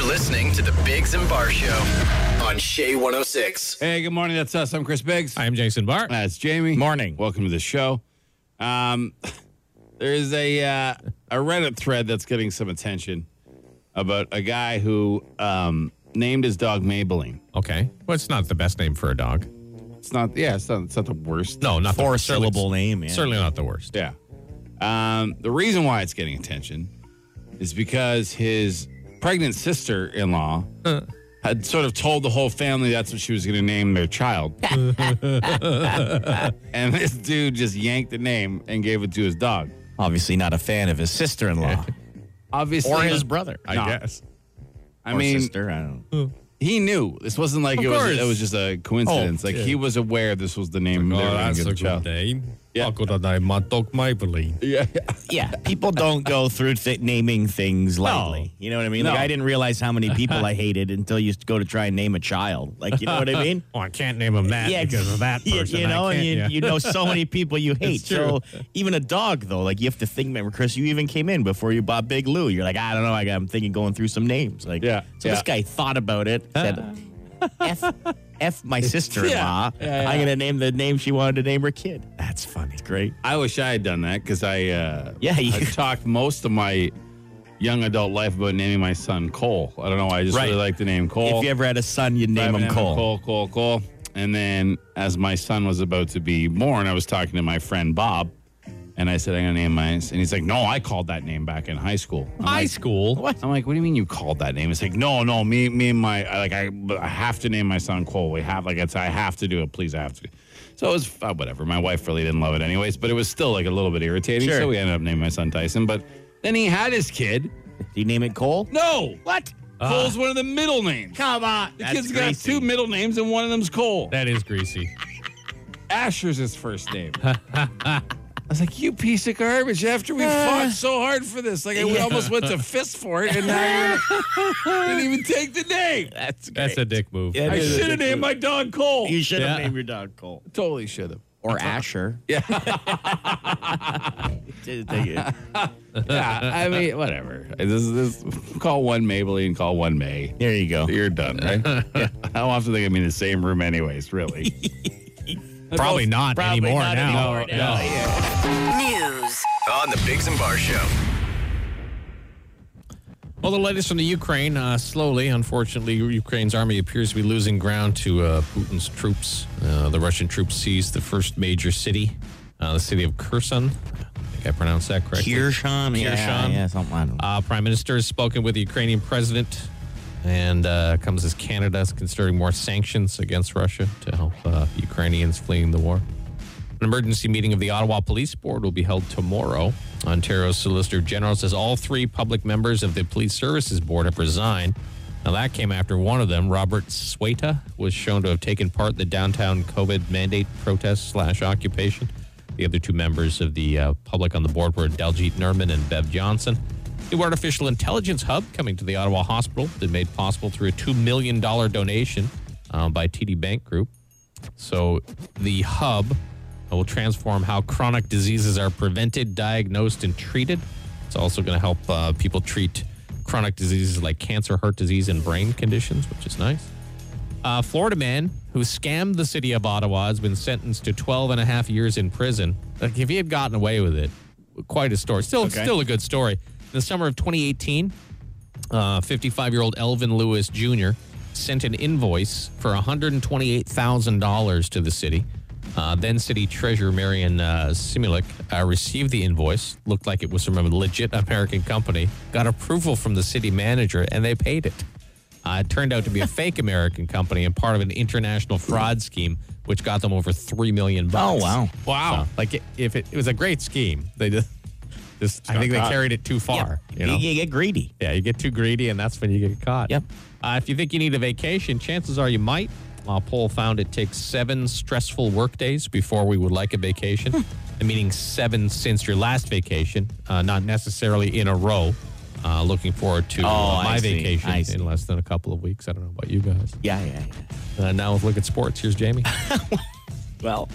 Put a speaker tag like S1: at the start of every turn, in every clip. S1: listening to the Biggs and Bar Show on Shea 106.
S2: Hey, good morning. That's us. I'm Chris Biggs.
S3: I'm Jason Barr.
S2: That's Jamie.
S3: Morning.
S2: Welcome to the show. Um, there is a uh, a Reddit thread that's getting some attention about a guy who um, named his dog Maybelline.
S3: Okay. Well, it's not the best name for a dog.
S2: It's not. Yeah, it's not. It's not the worst.
S3: No, not
S4: Four
S3: the certainly-
S4: syllable name, yeah.
S3: Certainly not the worst.
S2: Yeah. Um, the reason why it's getting attention is because his pregnant sister in law had sort of told the whole family that's what she was going to name their child. and this dude just yanked the name and gave it to his dog.
S4: Obviously, not a fan of his sister-in-law
S2: Obviously,
S4: or his brother.
S3: I
S2: No.
S3: guess.
S2: I
S4: or
S2: mean,
S4: sister. I don't know.
S2: he knew this wasn't like
S3: Of
S2: it was.
S3: course. Oh,
S2: It was just a coincidence. like
S3: yeah. "Oh,
S2: he was aware this was the name. they were gonna give the child.
S3: name.
S2: Yeah.
S3: How could I name my dog Maybelline?
S2: Yeah,
S4: Yeah, people don't go through th- naming things lightly. You know what I mean? Like
S2: No.
S4: I didn't realize how many people I hated until you go to try and name a child. Like you know what I mean?
S3: Oh, I can't name him that because of that
S4: you-
S3: person.
S4: You,
S3: I
S4: know, and
S3: can't-
S4: you,
S3: yeah.
S4: you know so many people you hate.
S3: It's true.
S4: So even a dog, though, like you have to think. Remember, Chris, you even came in before you bought Big Lou. You're like, I don't know. I got, I'm thinking going through some names. Like,
S2: Yeah,
S4: So
S2: yeah.
S4: this guy thought about it. Said, F, F my sister-in-law.
S2: Yeah, yeah,
S4: I'm
S2: yeah.
S4: gonna name the name she wanted to name her kid.
S3: That's funny.
S4: Great.
S2: I wish I had done that because I. Uh,
S4: Yeah, you-
S2: I talked most of my young adult life about naming my son Cole. I don't know. why. I just
S4: Right.
S2: really like the name Cole.
S4: If you ever had a son, you'd
S2: I
S4: name
S2: would
S4: him Cole.
S2: Cole, Cole, Cole. And then as my son was about to be born, I was talking to my friend Bob, and I said I'm gonna name mine. And he's like, No, I called that name back in high school. I'm
S3: High
S2: like,
S3: school. What?
S2: I'm like, what do you mean you called that name? It's like, no, no, me, me and my, I- like, I, I have to name my son Cole. We have, like, it's, I have to do it. Please, I have to. So it was uh, whatever. My wife really didn't love it, anyways, but it was still like a little bit irritating.
S4: Sure.
S2: So we ended up naming my son Tyson. But then he had his kid.
S4: Do you name it Cole?
S2: No,
S4: What? Ah.
S2: Cole's one of the middle names.
S4: Come on.
S2: The kid's got two middle names, and one of them's Cole.
S3: That is greasy.
S2: Asher's his first name. I was like, you piece of garbage! After we fought so hard for this, like we almost went to fist for it, and now you didn't even take the name.
S4: That's great.
S3: That's a dick move.
S4: Yeah, it
S2: I
S4: is.
S2: should have named my dog Cole.
S4: You should have
S3: Yeah.
S4: named your dog Cole
S2: totally should have.
S4: or Asher. Yeah.
S2: Yeah, I mean, whatever. This, this, call one Maybelline, call one May.
S4: There you go.
S2: You're done, right? How often are they gonna be in the same room, anyways? Really?
S3: Probably not
S4: Probably
S3: anymore
S4: not
S3: now.
S4: anymore now,
S3: No.
S1: News on the Biggs and Bar Show.
S3: Well, the latest from the Ukraine. Uh, slowly, unfortunately, Ukraine's army appears to be losing ground to uh, Putin's troops. Uh, the Russian troops seized the first major city, uh, the city of Kherson. I think I pronounced that correctly.
S4: Kirshon. Yeah,
S3: Kirshon.
S4: Yeah, something like that.
S3: Uh, Prime Minister has spoken with the Ukrainian president and uh, comes as Canada is considering more sanctions against Russia to help uh, Ukrainians fleeing the war. An emergency meeting of the Ottawa Police Board will be held tomorrow. Ontario's Solicitor General says all three public members of the Police Services Board have resigned. Now, that came after one of them, Robert Sweta, was shown to have taken part in the downtown COVID mandate protest slash occupation. The other two members of the uh, public on the board were Daljeet Nerman and Bev Johnson. New artificial intelligence hub coming to the Ottawa Hospital, been made possible through a $2 million donation uh, by TD Bank Group. So the hub will transform how chronic diseases are prevented, diagnosed, and treated. It's also going to help uh, people treat chronic diseases like cancer, heart disease, and brain conditions, which is nice. A Florida man who scammed the city of Ottawa has been sentenced to 12 and a half years in prison. Like, if he had gotten away with it, quite a story. Still, still a good story. In the summer of 2018, 55 year old Uh, Elvin Lewis Jr. sent an invoice for $128,000 to the city. Uh, then city treasurer Marion uh, Simulik uh, received the invoice. Looked like it was from a legit American company. Got approval from the city manager, and they paid it. Uh, it turned out to be a fake American company and part of an international fraud scheme, which got them over three million bucks.
S4: Oh, wow.
S3: wow! like i- if it, it was a great scheme, they just, just I think they carried it too far.
S4: You,
S3: You know,
S4: you get greedy.
S3: yeah, you get too greedy, and that's when you get caught.
S4: Yep.
S3: Uh, if you think you need a vacation, chances are you might. A poll found it takes seven stressful work days before we would like a
S4: Hmm.
S3: vacation, and meaning seven since your last vacation, uh, not necessarily in a row. Uh, looking forward to
S4: Oh,
S3: uh, my
S4: I see.
S3: vacation
S4: I see.
S3: in less than a couple of weeks. I don't know about you guys.
S4: Yeah, yeah, yeah.
S3: Uh, now, look at sports. Here's Jamie.
S4: Well,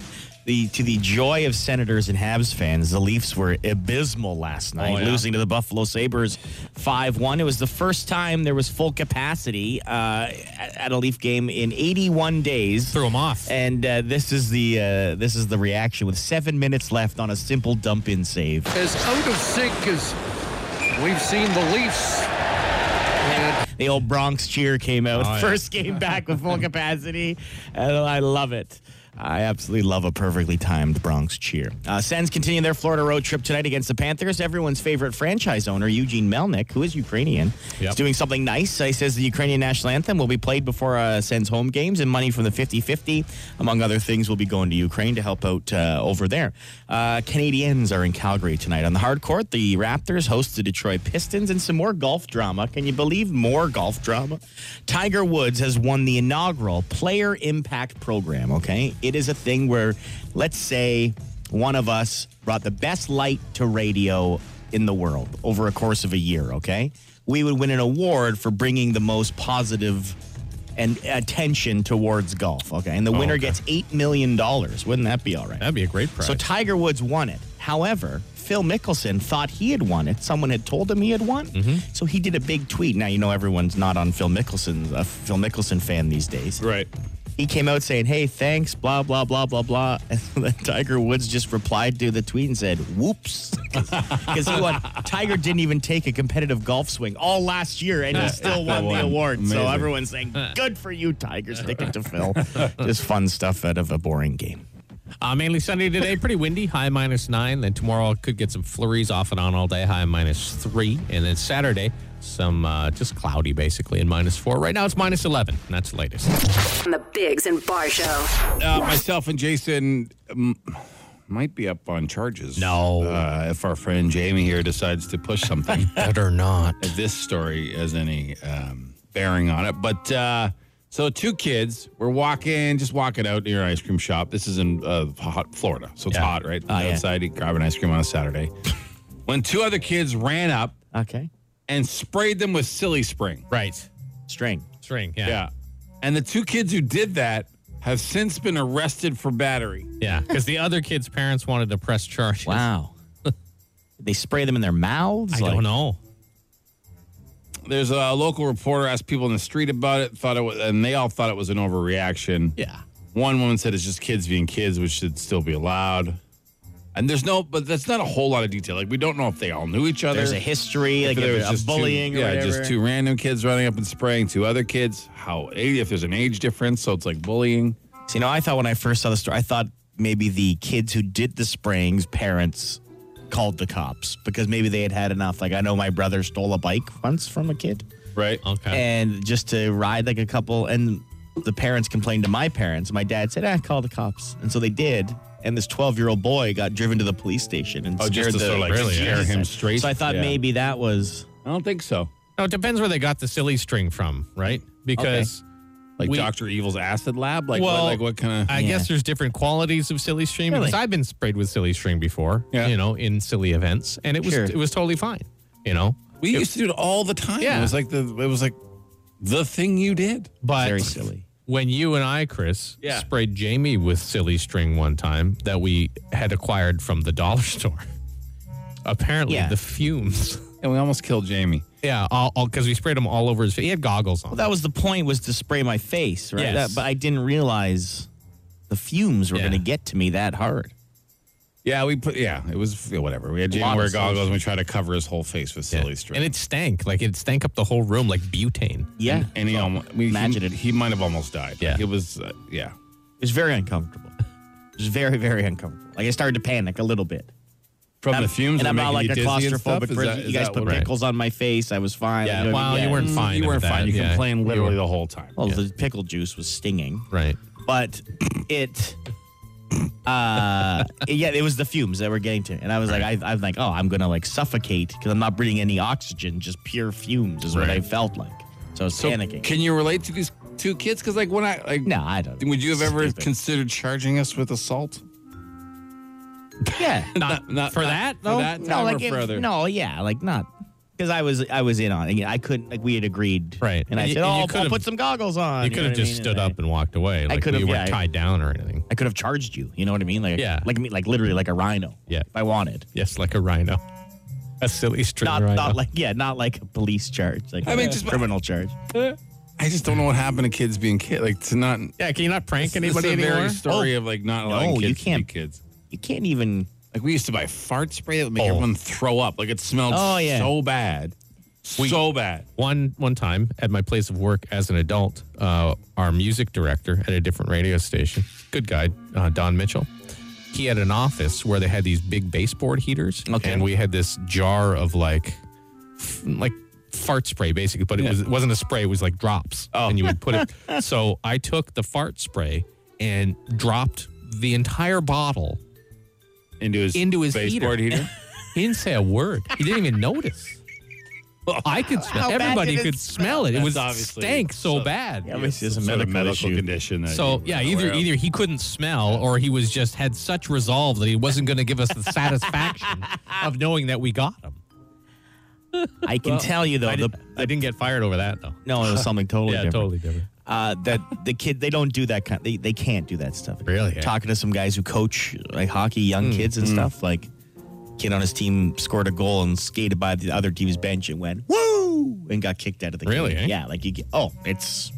S4: The, to the joy of Senators and Habs fans, the Leafs were abysmal last night,
S3: Oh, yeah.
S4: losing to the Buffalo Sabres 5 1. It was the first time there was full capacity uh, at at a Leaf game in 81 days.
S3: Threw 'em off.
S4: And uh, this is the uh, this is the reaction with seven minutes left on a simple dump in save.
S5: as out of sync as we've seen the Leafs. And
S4: The old Bronx cheer came out.
S3: Oh, yeah.
S4: First game back with full capacity. And I love it. I absolutely love a perfectly timed Bronx cheer. Uh, Sens continue their Florida road trip tonight against the Panthers. Everyone's favorite franchise owner, Eugene Melnick, who is Ukrainian,
S3: Yep.
S4: is doing something nice. Uh, he says the Ukrainian national anthem will be played before uh, Sens home games, and money from the 50 50, among other things, will be going to Ukraine to help out uh, over there. Uh, Canadians are in Calgary tonight. On the hard court, the Raptors host the Detroit Pistons and some more golf drama. Can you believe more golf drama? Tiger Woods has won the inaugural Player Impact Program, okay? It is a thing where, let's say, one of us brought the best light to radio in the world over a course of a year, okay? We would win an award for bringing the most positive and attention towards golf, okay? And the winner
S3: Oh, okay.
S4: gets $8 million. Wouldn't that be all right?
S3: That'd be a great prize.
S4: So Tiger Woods won it. However, Phil Mickelson thought he had won it. Someone had told him he had won.
S3: Mm-hmm.
S4: So he did a big tweet. Now you know everyone's not on Phil Mickelson, a Phil Mickelson fan these days.
S2: Right.
S4: He came out saying, "Hey, thanks, blah blah blah blah blah," and then Tiger Woods just replied to the tweet and said, "Whoops," because he won. Tiger didn't even take a competitive golf swing all last year, and he still won the award. So
S2: Amazing.
S4: everyone's saying, "Good for you, Tiger, sticking to Phil." just fun stuff out of a boring game.
S3: Uh, mainly sunny today, pretty windy, high minus nine. Then tomorrow could get some flurries off and on all day, high minus three. And then Saturday, some uh, just cloudy basically, and minus four. Right now it's minus 11, and that's the latest.
S6: On the Bigs and Bar Show.
S2: Uh, myself and Jason um, might be up on charges.
S3: No.
S2: Uh, if our friend Jamie here decides to push something,
S3: Better not.
S2: this story has any um, bearing on it. But uh, so two kids were walking, just walking out near an ice cream shop. This is in uh, hot Florida, so it's
S3: Yeah.
S2: hot, right?
S4: yeah.
S2: Outside, you grab an ice cream on a Saturday. when two other kids ran up
S4: Okay,
S2: and sprayed them with silly spring.
S3: Right.
S4: string.
S3: String. Yeah.
S2: Yeah. And the two kids who did that have since been arrested for battery.
S3: Yeah. Because the other kid's parents wanted to press charges.
S4: Wow. they spray them in their mouths?
S3: I
S4: Like-
S3: don't know.
S2: There's a local reporter asked people in the street about it, thought it was, and they all thought it was an overreaction.
S3: Yeah.
S2: One woman said it's just kids being kids, which should still be allowed. And there's no, but that's not a whole lot of detail. Like we don't know if they all knew each other.
S4: There's a history, like
S2: If there
S4: a,
S2: was just two-
S4: bullying or
S2: yeah,
S4: whatever.
S2: just two random kids running up and spraying two other kids. How if there's an age difference, so it's like bullying.
S4: So, you know, I thought when I first saw the story, I thought maybe the kids who did the sprayings, parents called the cops because maybe they had had enough. Like, I know my brother stole a bike once from a kid
S2: Right.
S3: Okay.
S4: and just to ride like a couple. And the parents complained to my parents. My dad said, ah, call the cops. And so they did. And this 12 year old boy got driven to the police station and
S2: Oh,
S4: scared
S2: just to
S4: the
S2: sort of like
S3: Really?
S2: scare him straight.
S4: So I thought
S2: Yeah.
S4: maybe that was.
S2: I don't think so.
S3: no, it depends where they got the silly string from, right? Because.
S2: Like
S3: We-
S2: Doctor Evil's acid lab. Like
S3: Well,
S2: what, like what kind of?
S3: I guess there's different qualities of silly string
S4: Really?
S3: because I've been sprayed with silly string before,
S2: Yeah.
S3: you know, in silly events, and it was
S4: Sure.
S3: it was totally fine, you know.
S2: we used to do it all the time.
S3: Yeah.
S2: It was like the it was like the thing you did.
S3: But
S4: Very silly.
S3: when you and I, Chris,
S2: Yeah.
S3: sprayed Jamie with silly string one time that we had acquired from the dollar store, apparently
S4: Yeah.
S3: the fumes,
S2: And we almost killed Jamie.
S3: yeah, all because we sprayed them all over his face. He had goggles on.
S4: Well, that was the point was to spray my face, right?
S3: Yes.
S4: That- but I didn't realize the fumes were
S3: Yeah.
S4: going to get to me that hard.
S2: Yeah, we put. Yeah, it was yeah, whatever. We had Jamie
S4: Lot of
S2: wear
S4: solutions.
S2: goggles. and We tried to cover his whole face with
S3: Yeah.
S2: silly string.
S3: and it stank like it stank up the whole room like butane.
S4: Yeah,
S2: And, and he almost. We,
S4: imagine
S2: he,
S4: it.
S2: He might have almost died.
S3: Yeah.
S2: Like, it was. Uh, yeah.
S4: it was very uncomfortable. It was very, very uncomfortable. Like I started to panic a little bit.
S2: From
S4: I'm-
S2: the fumes.
S4: and
S2: were
S4: I'm not like
S2: making
S4: a
S2: you dizzy and stuff?
S4: claustrophobic
S2: Is
S4: person.
S2: that- is
S4: you guys
S2: that
S4: put
S2: what-
S3: right.
S4: pickles on my face. I was fine.
S3: Yeah,
S4: You know what I
S3: wow,
S4: mean?
S3: you
S4: Yeah.
S3: weren't fine.
S2: You
S3: about
S2: weren't
S3: that.
S2: fine. You
S3: Yeah.
S2: complained
S3: You
S2: literally
S3: were-
S2: the whole time.
S4: Well, the pickle juice was stinging,
S3: right.
S4: but it. uh yeah it was the fumes that were getting to me and i was like I, i'm like oh i'm gonna like suffocate because i'm not breathing any oxygen just pure fumes is what
S3: Right.
S4: i felt like so i was
S2: So
S4: panicking
S2: can you relate to these two kids? Because like when I like,
S4: no i don't
S2: would you have ever
S4: Stupid.
S2: considered charging us with assault?
S4: yeah
S3: Not,
S2: not-
S3: for
S2: not for
S3: that though.
S2: that?
S4: no,
S2: time
S4: like
S2: or
S4: if,
S2: further?
S4: no, yeah, like not because I was I was in on it. Again, I couldn't like we had agreed,
S3: Right.
S4: And I
S3: And you-
S4: said,
S3: and
S4: "Oh,
S3: you
S4: I'll-
S3: could've-
S4: I'll put some goggles on."
S3: You
S4: know
S3: could have
S4: what I
S3: just
S4: mean?
S3: stood
S4: And I-
S3: up and walked away. Like
S4: could have,
S3: you weren't
S4: yeah, I-
S3: tied down or anything.
S4: I could have charged you. You know what I mean? Like
S3: Yeah.
S4: like me, like literally like a rhino.
S3: Yeah.
S4: if I wanted.
S3: Yes, like a rhino. A silly string
S4: Not
S3: rhino.
S4: not like yeah, not like a police charge. Like
S2: I mean,
S4: a
S2: just-
S4: criminal charge.
S2: I just don't know what happened to kids being kids. Like to not
S3: yeah, can you not prank
S2: It's-
S3: anybody
S2: it's a
S3: anymore? Oh,
S2: very story of like not allowing
S4: Oh. No,
S2: kids
S4: you
S2: to
S4: can't.
S2: be kids.
S4: You can't even.
S2: Like we used to buy fart spray that would make
S3: Oh.
S2: everyone throw up. Like it smelled
S4: Oh, yeah.
S2: so bad, so bad.
S3: one one time at my place of work as an adult, uh, our music director at a different radio station, good guy, uh, Don Mitchell, he had an office where they had these big baseboard heaters,
S4: Okay.
S3: and we had this jar of like, f- like fart spray basically, but it was it wasn't a spray; it was like drops, and you would put it. so I took the fart spray and dropped the entire bottle.
S2: Into his
S3: Into his
S2: baseboard heater.
S3: He didn't say a word. He didn't even notice. I could smell.
S4: How bad
S3: Everybody
S4: did it
S3: could smell it. It
S2: That's
S3: was
S2: obviously
S3: stank so
S2: some-
S3: bad.
S4: Yeah, but it's just a
S2: Some sort of
S4: medical,
S2: medical
S4: issue.
S2: condition. that
S3: So
S2: you
S3: yeah,
S2: weren't
S3: either
S2: aware of.
S3: either he couldn't smell or he was just had such resolve that he wasn't going to give us the satisfaction of knowing that we got him.
S4: I can tell you though,
S3: I,
S4: the,
S3: did, I didn't get fired over that though.
S4: no, it was something totally
S3: yeah,
S4: different.
S3: totally different.
S4: uh, that the kid they don't do that kind. They they can't do that stuff.
S3: Really? Hmm.
S4: Talking to some guys who coach like hockey, young kids and stuff. Like kid on his team scored a goal and skated by the other team's bench and went woo and got kicked out of the
S3: Really,
S4: game.
S3: eh?
S4: Yeah. Like you get oh it's.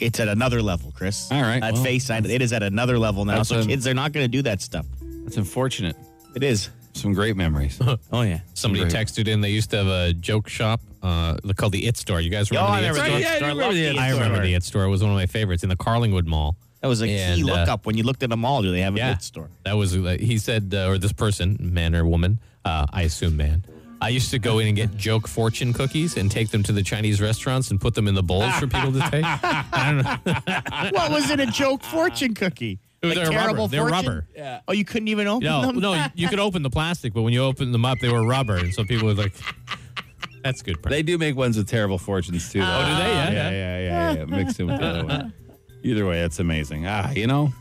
S4: It's at another level, Chris.
S2: All right,
S4: That
S2: well,
S4: face sign, it is at another level now.
S2: that's
S4: So
S2: a-
S4: kids, they're not going to do that stuff.
S2: That's unfortunate.
S4: It is.
S2: Some great memories.
S4: Oh, yeah.
S3: Somebody
S2: Great.
S3: texted in. They used to have a joke shop uh, called the It Store. You guys remember
S4: Oh,
S3: the It
S4: I remember
S3: Store?
S4: the It
S2: yeah, I do
S4: Store. Love
S2: remember the It
S3: I remember
S4: Store.
S3: the It Store. It was one of my favorites in the Carlingwood Mall.
S4: That was a key
S3: And, uh,
S4: lookup when you looked at a mall. Do they have a
S3: Yeah.
S4: good store?
S3: That was, uh, he said, uh, or this person, man or woman, uh, I assume man. I used to go in and get joke fortune cookies and take them to the Chinese restaurants and put them in the bowls for people to take. I don't know.
S4: what was in a joke fortune cookie?
S3: They're rubber. They're
S4: fortune?
S3: rubber.
S4: Oh, you couldn't even open
S3: No,
S4: them.
S3: no, you could open the plastic, but when you opened them up, they were rubber, and so people were like, "That's good." Practice.
S2: They do make ones with terrible fortunes too. Though. Oh,
S3: do they?
S2: Yeah,
S3: Yeah,
S2: yeah,
S3: yeah.
S2: yeah, yeah. yeah. Mix in with the other one. Either way, it's amazing. Ah, you know,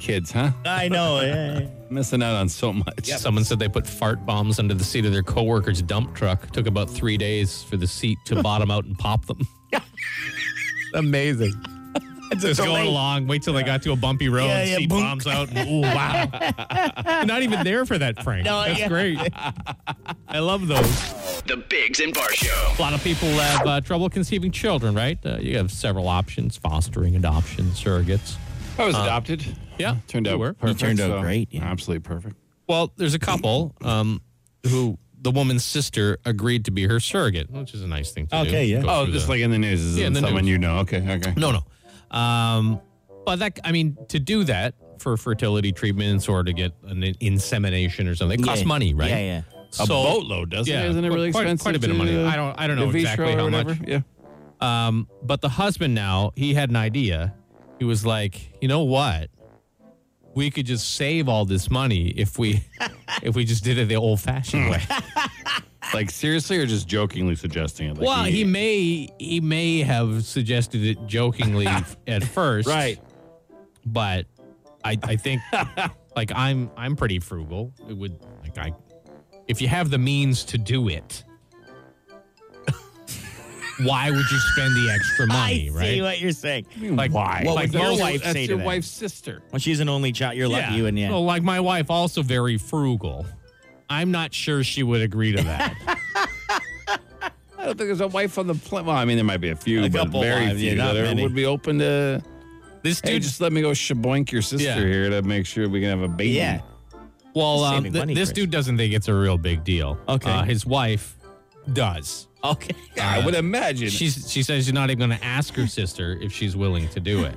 S2: kids, huh?
S4: I know. yeah, yeah.
S2: Missing out on so much.
S3: Someone said they put fart bombs under the seat of their coworker's dump truck. Took about three days for the seat to bottom out and pop them.
S4: Amazing. It's
S3: Just going along. Wait till they got to a bumpy road.
S4: Yeah,
S3: and
S4: yeah,
S3: seat
S4: boom.
S3: bombs out. And, ooh, wow! You're Not even there for that, Frank.
S4: No,
S3: That's
S4: yeah.
S3: great. I love those.
S1: The Bigs and Bar Show.
S3: A lot of people have uh, trouble conceiving children, right? Uh, you have several options: fostering, adoption, surrogates.
S2: I was adopted.
S3: Yeah,
S2: Turned
S3: uh, you
S2: out
S3: were.
S2: perfect.
S4: turned out
S2: so-
S4: great, yeah.
S2: Absolutely perfect.
S3: Well, there's a couple um, who the woman's sister agreed to be her surrogate, which is a nice thing to do.
S4: Okay, yeah.
S3: Go
S2: Oh,
S3: through
S2: just
S3: the-
S2: like in the news. Is
S3: Yeah, in the
S2: someone
S3: news.
S2: you know. Okay, okay.
S3: no, no. Um, but that, I mean, to do that for fertility treatments or to get an in- insemination or something, it costs
S4: Yeah.
S3: money, right?
S4: Yeah, yeah.
S3: So,
S2: doesn't
S3: Yeah,
S2: Isn't it really
S3: quite-
S2: expensive?
S3: quite a bit of
S2: to,
S3: money.
S2: uh,
S3: I don't- I don't know
S2: the Vitra
S3: exactly
S2: or
S3: how much.
S2: whatever? Yeah.
S3: Um, but the husband now, he had an idea. He was like, you know what? We could just save all this money if we if we just did it the old fashioned way.
S2: Like seriously, or just jokingly suggesting it? Like,
S3: Well, he
S2: yeah.
S3: may he may have suggested it jokingly at first,
S2: Right.
S3: But I I think like I'm I'm pretty frugal. It would like I if you have the means to do it, why would you spend the extra money,
S4: I
S3: right?
S4: see what you're saying.
S3: like why?
S4: What
S3: like
S4: would your
S3: most-
S4: wife
S2: That's
S4: say to
S2: your
S4: that?
S2: wife's sister.
S4: Well, she's an only child. You're lucky, you and yeah.
S3: Well, like my wife, also very frugal. I'm not sure she would agree to that.
S2: I don't think there's a wife on the planet. Well, I mean, there might be a few,
S4: A
S2: but
S4: couple
S2: very
S4: wives,
S2: few
S4: yeah, not
S2: that are-
S4: many.
S2: would be open to.
S3: this
S2: Hey,
S3: dude
S2: just let me go shaboink your sister
S3: Yeah.
S2: here to make sure we can have a baby.
S4: yeah.
S3: Well,
S4: He's
S3: um,
S4: saving
S3: th-
S4: money,
S3: this
S4: Chris.
S3: dude doesn't think it's a real big deal.
S4: Okay.
S3: Uh, his wife does.
S4: Okay.
S2: I would imagine.
S3: She's, she says she's not even going to ask her sister if she's willing to do it.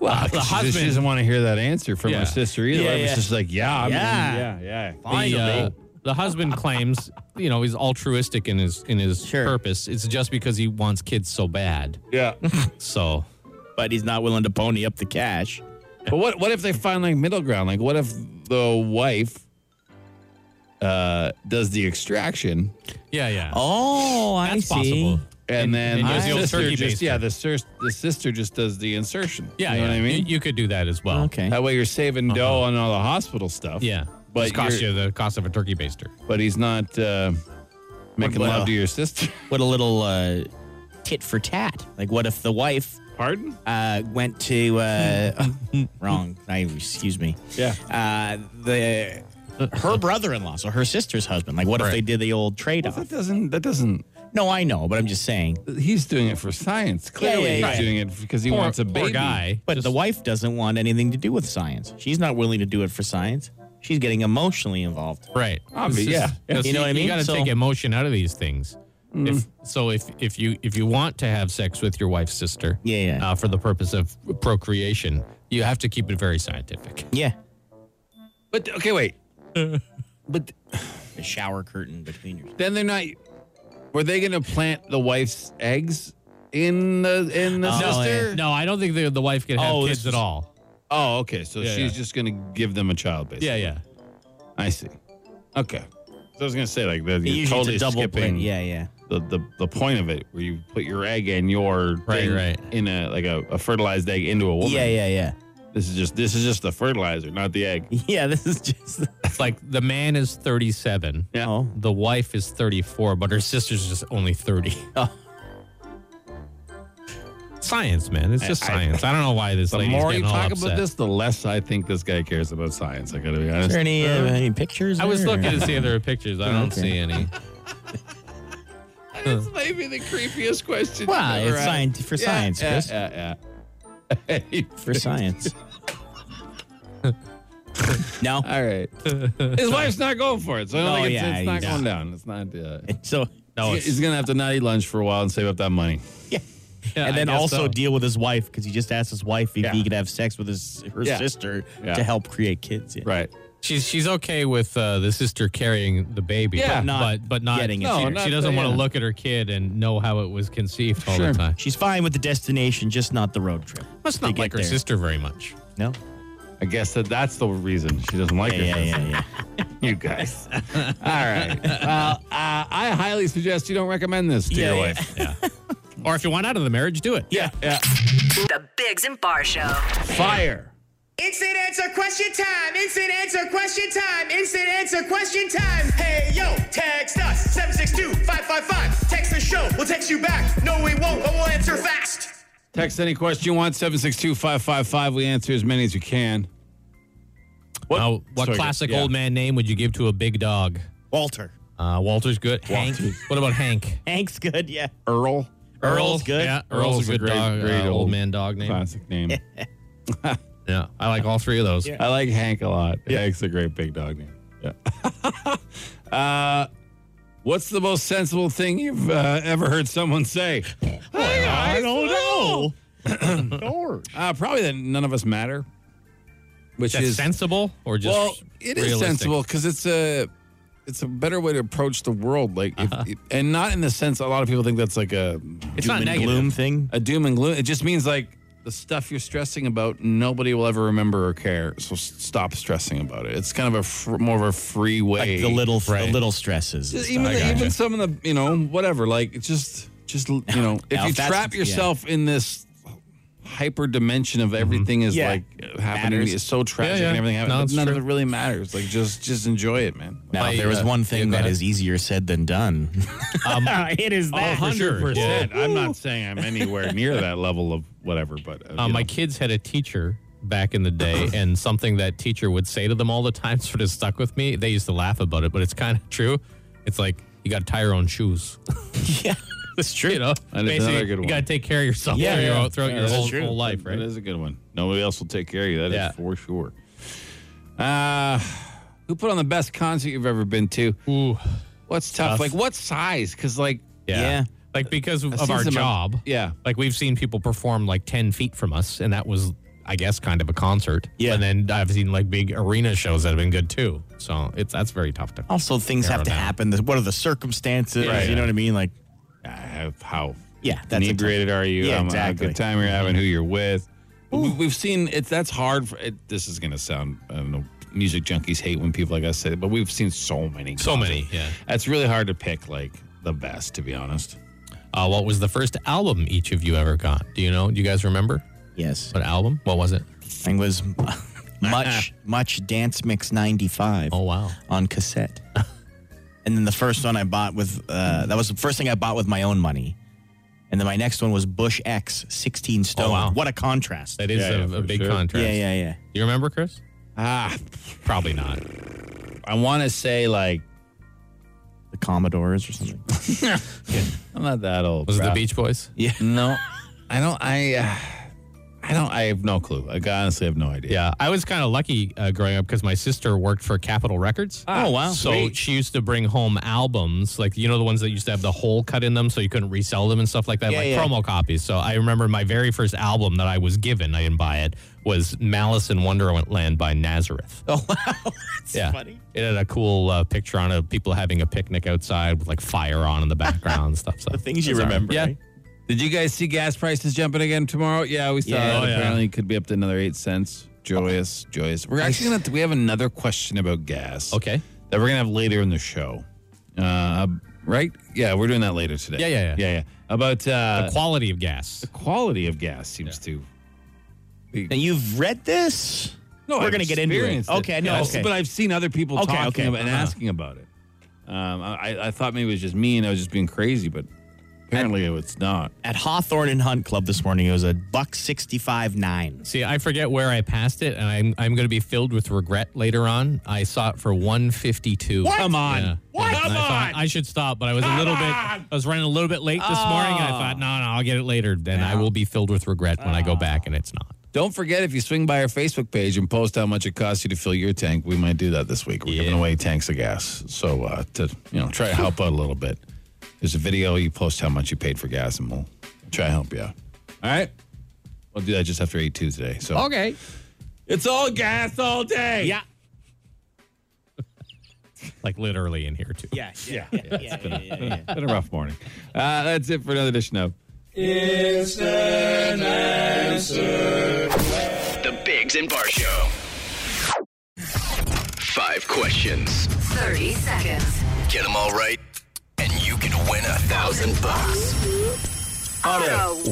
S2: well,
S3: the
S2: she, just-
S3: husband-
S2: she doesn't want to hear that answer from
S3: Yeah.
S2: her sister either.
S4: Yeah,
S2: I was
S4: yeah.
S2: just like, yeah, I'm,
S4: Yeah.
S2: yeah, yeah.
S3: The,
S4: Finally.
S3: uh, the husband claims, you know, he's altruistic in his in his
S4: Sure.
S3: purpose. It's just because he wants kids so bad.
S2: Yeah.
S3: So
S4: but he's not willing to pony up the cash.
S2: but what what if they find like middle ground? Like what if the wife uh does the extraction
S3: yeah, yeah,
S4: Oh, I
S3: that's possible.
S2: and, then
S3: and
S2: the
S3: does the old
S2: sister
S3: turkey
S2: just
S3: baster.
S2: yeah, the sis- the sister just does the insertion.
S3: Yeah,
S2: You know
S3: yeah.
S2: what I mean?
S3: You, you could do that as well.
S4: Okay.
S2: that way you're saving dough on all the hospital stuff.
S3: Yeah.
S2: But
S3: It's cost
S2: you're-
S3: you the cost of a turkey baster.
S2: but he's not uh, making
S4: about-
S2: love to your sister.
S4: What a little uh, tit for tat. Like, what if the wife
S2: Pardon?
S4: uh, went to uh, wrong? I excuse me.
S2: Yeah.
S4: Uh, the her brother-in-law, so her sister's husband. Like, what if
S3: Right.
S4: they did the old trade-off?
S2: That doesn't. That doesn't.
S4: no, I know, but I'm just saying.
S2: He's doing it for science. Clearly,
S4: yeah,
S2: he's
S4: yeah.
S2: doing it because he
S3: Poor-
S2: wants a
S3: poor
S2: baby.
S3: guy.
S4: But the wife doesn't want anything to do with science. She's not willing to do it for science. She's getting emotionally involved.
S3: Right.
S2: Obvi-
S3: This is-
S2: yeah. Mm-hmm.
S3: this-
S4: You know what I mean?
S3: You got to
S4: So-
S3: take emotion out of these things. If, so if if you if you want to have sex with your wife's sister,
S4: Yeah, yeah.
S3: Uh, for the purpose of procreation, you have to keep it very scientific.
S4: Yeah.
S2: But okay, wait. but
S4: The shower curtain between yourselves.
S2: then they're not. Were they going to plant the wife's eggs in the in the
S4: No,
S2: sister?
S4: Oh, yeah.
S3: No, I don't think the, the wife can have
S4: Oh,
S3: kids
S4: this
S3: at
S4: is-
S3: all.
S2: Oh, okay. So
S3: Yeah,
S2: she's
S3: yeah.
S2: just going to give them a child, basically.
S3: Yeah, yeah.
S2: I see. Okay. So I was going to say, like, the,
S4: Usually
S2: you're
S4: it's
S2: totally
S4: a double
S2: skipping
S4: play. Yeah, yeah.
S2: the, the, the point of it, where you put your egg and your
S3: Right,
S2: thing
S3: right.
S2: in a like a, a fertilized egg into a woman.
S4: Yeah, yeah, yeah.
S2: This is just this is just the fertilizer, not the egg.
S4: Yeah, this is just.
S3: It's like the man is 37,
S2: Yeah.
S4: Oh.
S3: the wife is 34, but her sister's just only 30.
S4: Oh.
S3: Science, man. It's just
S2: I-
S3: science. I, don't know why this
S2: The
S3: lady's
S2: more
S3: getting
S2: you
S3: all
S2: talk
S3: upset.
S2: about this, the less I think this guy cares about science. I got to be
S4: Is
S2: honest.
S4: there any, uh, any pictures?
S3: I was
S4: there, or-
S3: looking to see if there were pictures. I don't
S4: Okay.
S3: see any.
S2: This may be the creepiest question.
S4: Well, it's science for science, Chris.
S2: Yeah, yeah, yeah.
S4: For science. no.
S2: All right. His wife's not going for it, so I don't
S4: No,
S2: think it's,
S4: Oh, yeah,
S2: it's not
S4: yeah.
S2: going down. It's not. Uh,
S4: So.
S3: No,
S2: he's
S3: it's,
S2: he's gonna have to not eat lunch for a while and save up that money.
S4: Yeah.
S3: yeah,
S4: and
S3: I
S4: then
S3: guess
S4: also
S3: so.
S4: deal with his wife because he just asked his wife if
S2: Yeah.
S4: he could have sex with his her
S2: Yeah.
S4: sister
S2: Yeah.
S4: to help create kids. Yeah.
S2: Right.
S3: she's she's okay with uh, the sister carrying the baby,
S2: Yeah.
S3: but
S4: Not
S3: not but, but not
S4: getting it.
S3: She,
S2: No,
S3: she
S2: not-
S3: doesn't want
S2: yeah.
S3: to look at her kid and know how it was conceived all
S2: Sure.
S3: the time.
S4: She's fine with the destination, just not the road trip.
S3: Must
S4: To
S3: not
S4: get
S3: like her
S4: there.
S3: sister very much.
S4: No.
S2: I guess that that's the reason she doesn't like
S4: Yeah,
S2: her
S4: yeah,
S2: sister.
S4: yeah, yeah.
S2: You guys. All right. Well, uh, I highly suggest you don't recommend this to
S4: Yeah,
S2: your
S4: yeah.
S2: wife.
S3: Yeah. or if you want out of the marriage, do it.
S2: Yeah. Yeah.
S6: The Bigs and Bar Show.
S2: Fire.
S7: Instant answer question time. Instant answer question time. Instant answer question time. Hey yo, text us 762-555. Text the show. We'll text you back. No, we won't, but we'll answer fast.
S2: Text any question you want, 762 555. We answer as many as you can.
S3: What, what
S2: Sorry,
S3: classic
S2: yeah.
S3: old man name would you give to a big dog?
S4: Walter.
S3: Uh, Walter's good. Hank. What about Hank?
S4: Hank's good. Yeah.
S2: Earl.
S4: Earl's good.
S3: Yeah,
S2: Earl's
S3: Earl's,
S2: a
S3: a good
S2: great-
S3: dog.
S2: great
S3: uh, old,
S2: old
S3: man dog name.
S2: Classic name.
S3: Yeah, I like all three of those.
S2: I like Hank a lot. Hank's a great big dog name. Yeah. uh, what's the most sensible thing you've uh, ever heard someone say? I don't
S4: Oh!
S2: know. Uh, probably that none of us matter, which
S3: That's
S2: is
S3: sensible or just
S2: well, it is
S3: realistic?
S2: sensible because it's a it's a better way to approach the world, like, if, and not in the sense a lot of people think that's like a
S3: Uh-huh. It's
S4: Doom
S3: not
S4: and
S3: negative.
S4: gloom thing.
S2: a doom and gloom. It just means like the stuff you're stressing about, nobody will ever remember or care. So s- stop stressing about it. It's kind of a fr- more of a free way.
S4: Like the little
S3: Right.
S4: the little stresses. and
S2: Just
S4: stuff.
S2: even the- even some of the you know whatever. Like it's just just you know if
S4: Now,
S2: you
S4: if that's-
S2: trap
S4: yeah.
S2: yourself in this hyper dimension of everything is
S4: Yeah.
S2: like happening
S4: Matters.
S2: it's so tragic
S3: yeah.
S2: and everything
S3: No,
S2: happens
S3: it's
S2: but none
S3: true.
S2: of it really matters like just just enjoy it man
S4: Now, if
S3: Like,
S4: there was
S3: uh,
S4: one
S3: yeah,
S4: thing
S3: go
S4: that
S3: ahead.
S4: is easier said than done. it is
S3: that. Um, Oh, for sure.
S2: percent. I'm not saying I'm anywhere near that level of whatever, but uh,
S3: Uh,
S2: you
S3: my
S2: know.
S3: kids had a teacher back in the day, and something that teacher would say to them all the time sort of stuck with me. They used to laugh about it, but it's kind of true. It's like you got to tie your own shoes.
S4: Yeah, that's true.
S3: You know,
S2: That is another good
S3: you
S2: one.
S3: got to take care of yourself
S4: Yeah,
S3: throughout,
S4: yeah.
S3: throughout
S4: Yeah,
S3: your
S4: that's
S3: whole,
S4: true.
S3: whole life, right?
S2: That is a good one. Nobody else will take care of you. That is
S3: Yeah.
S2: for sure. Uh, who put on the best concert you've ever been to?
S3: Ooh,
S2: What's tough?
S3: Tough.
S2: Like what size? Because like
S3: yeah.
S4: Yeah.
S3: Like because of,
S2: I've
S3: of
S2: seen
S3: our
S2: some-
S3: job,
S2: yeah.
S3: Like we've seen people perform like ten feet from us, and that was, I guess, kind of a concert.
S4: Yeah.
S3: And then I've seen like big arena shows that have been good too. So it's that's very tough to.
S4: Also, things
S3: Narrow
S4: have to
S3: down.
S4: happen. The- What are the circumstances?
S3: Right.
S4: You know what I mean? Like,
S2: uh, how
S4: Yeah, that's a
S2: inebriated are you?
S4: Yeah,
S2: how- how
S4: exactly.
S2: good time you're having, who you're with. We- We've seen it. That's hard. For, it, this is going to sound. I don't know. Music junkies hate when people like us say it, but we've seen so many.
S3: So
S2: concerts.
S3: many, yeah.
S2: It's really hard to pick like the best, to be honest.
S3: Uh, what was the first album each of you ever got? Do you know? Do you guys remember
S4: yes,
S3: what album? What was it?
S4: I think it was much, much Dance Mix 95.
S3: Oh, wow.
S4: On cassette. and then the first one I bought with, uh, that was the first thing I bought with my own money. And then my next one was Bush X, 16 Stone.
S3: wow.
S4: What a contrast.
S3: That is
S2: Yeah, yeah,
S3: a, a
S2: for
S3: big
S2: sure.
S3: contrast.
S4: yeah, yeah, yeah.
S3: You remember, Chris?
S8: Ah,
S3: Probably not.
S8: I want to say like
S4: The Commodores or something.
S8: I'm not that old.
S3: Was it
S8: bro.
S3: the Beach Boys?
S8: Yeah. No, I don't. I. Uh, I don't. I have no clue. I honestly have no idea.
S3: Yeah, I was kind of lucky uh, growing up because my sister worked for Capitol Records.
S4: Oh, wow.
S3: So
S4: Sweet.
S3: she used to bring home albums, like you know the ones that used to have the hole cut in them, so you couldn't resell them and stuff like that,
S4: Yeah,
S3: like
S4: yeah.
S3: promo copies. So I remember my very first album that I was given, I didn't buy it, was Malice in Wonderland by Nazareth.
S4: Oh, wow. That's
S3: yeah,
S4: funny.
S3: it had a cool uh, picture on it of people having a picnic outside with like fire on in the background and stuff. So
S4: The things you
S3: That's all right.
S4: remember.
S3: Yeah.
S4: right?
S2: Did you guys see gas prices jumping again tomorrow? Yeah, we saw
S8: Yeah,
S2: that.
S3: Oh, yeah.
S8: apparently it could be up to another eight cents. Joyous, joyous. We're actually gonna. We have another question about gas.
S3: Okay.
S8: That we're gonna have later in the show. Uh, right? Yeah, we're doing that later today.
S3: Yeah, yeah, yeah.
S8: yeah, yeah. About uh,
S3: The quality of gas.
S8: quality of gas seems to.
S4: Now, you've read this?
S2: No,
S4: We're
S2: I've
S4: gonna get into it.
S2: experienced
S4: Okay, no,
S2: Yes,
S4: okay.
S2: But I've seen other people
S4: Okay,
S2: talking
S4: okay.
S2: about and
S4: Uh-huh.
S2: asking about it.
S8: Um, I, I thought maybe it was just me and I was just being crazy, but apparently it's not.
S4: At Hawthorne and Hunt Club this morning, it was a buck 65 nine.
S3: See, I forget where I passed it, and I'm I'm going to be filled with regret later on. I saw it for 152.
S2: Come on. What?
S3: And
S2: Come
S3: I thought
S2: on. Oh.
S3: I should stop, but I was a little bit. I was running a little bit late this morning, and I thought, no, no, I'll get it later. Then I will be filled with regret when I go back, and it's not.
S8: Don't forget if you swing by our Facebook page and post how much it costs you to fill your tank, we might do that this week. We're giving away tanks of gas, so uh, to you know, try to help out a little bit. There's a video you post how much you paid for gas, and we'll try to help you out. All right, we'll do that just after eight two today. So
S3: Okay.
S2: It's all gas all day. Yeah.
S3: Like literally in here too.
S4: Yeah, yeah, yeah, yeah, yeah, yeah, yeah.
S8: been a rough morning. Uh, that's it for another edition of.
S1: The Bigs and Bar Show. Five questions.
S6: 30 seconds.
S1: Get them all right, and you can win a thousand bucks.
S6: On a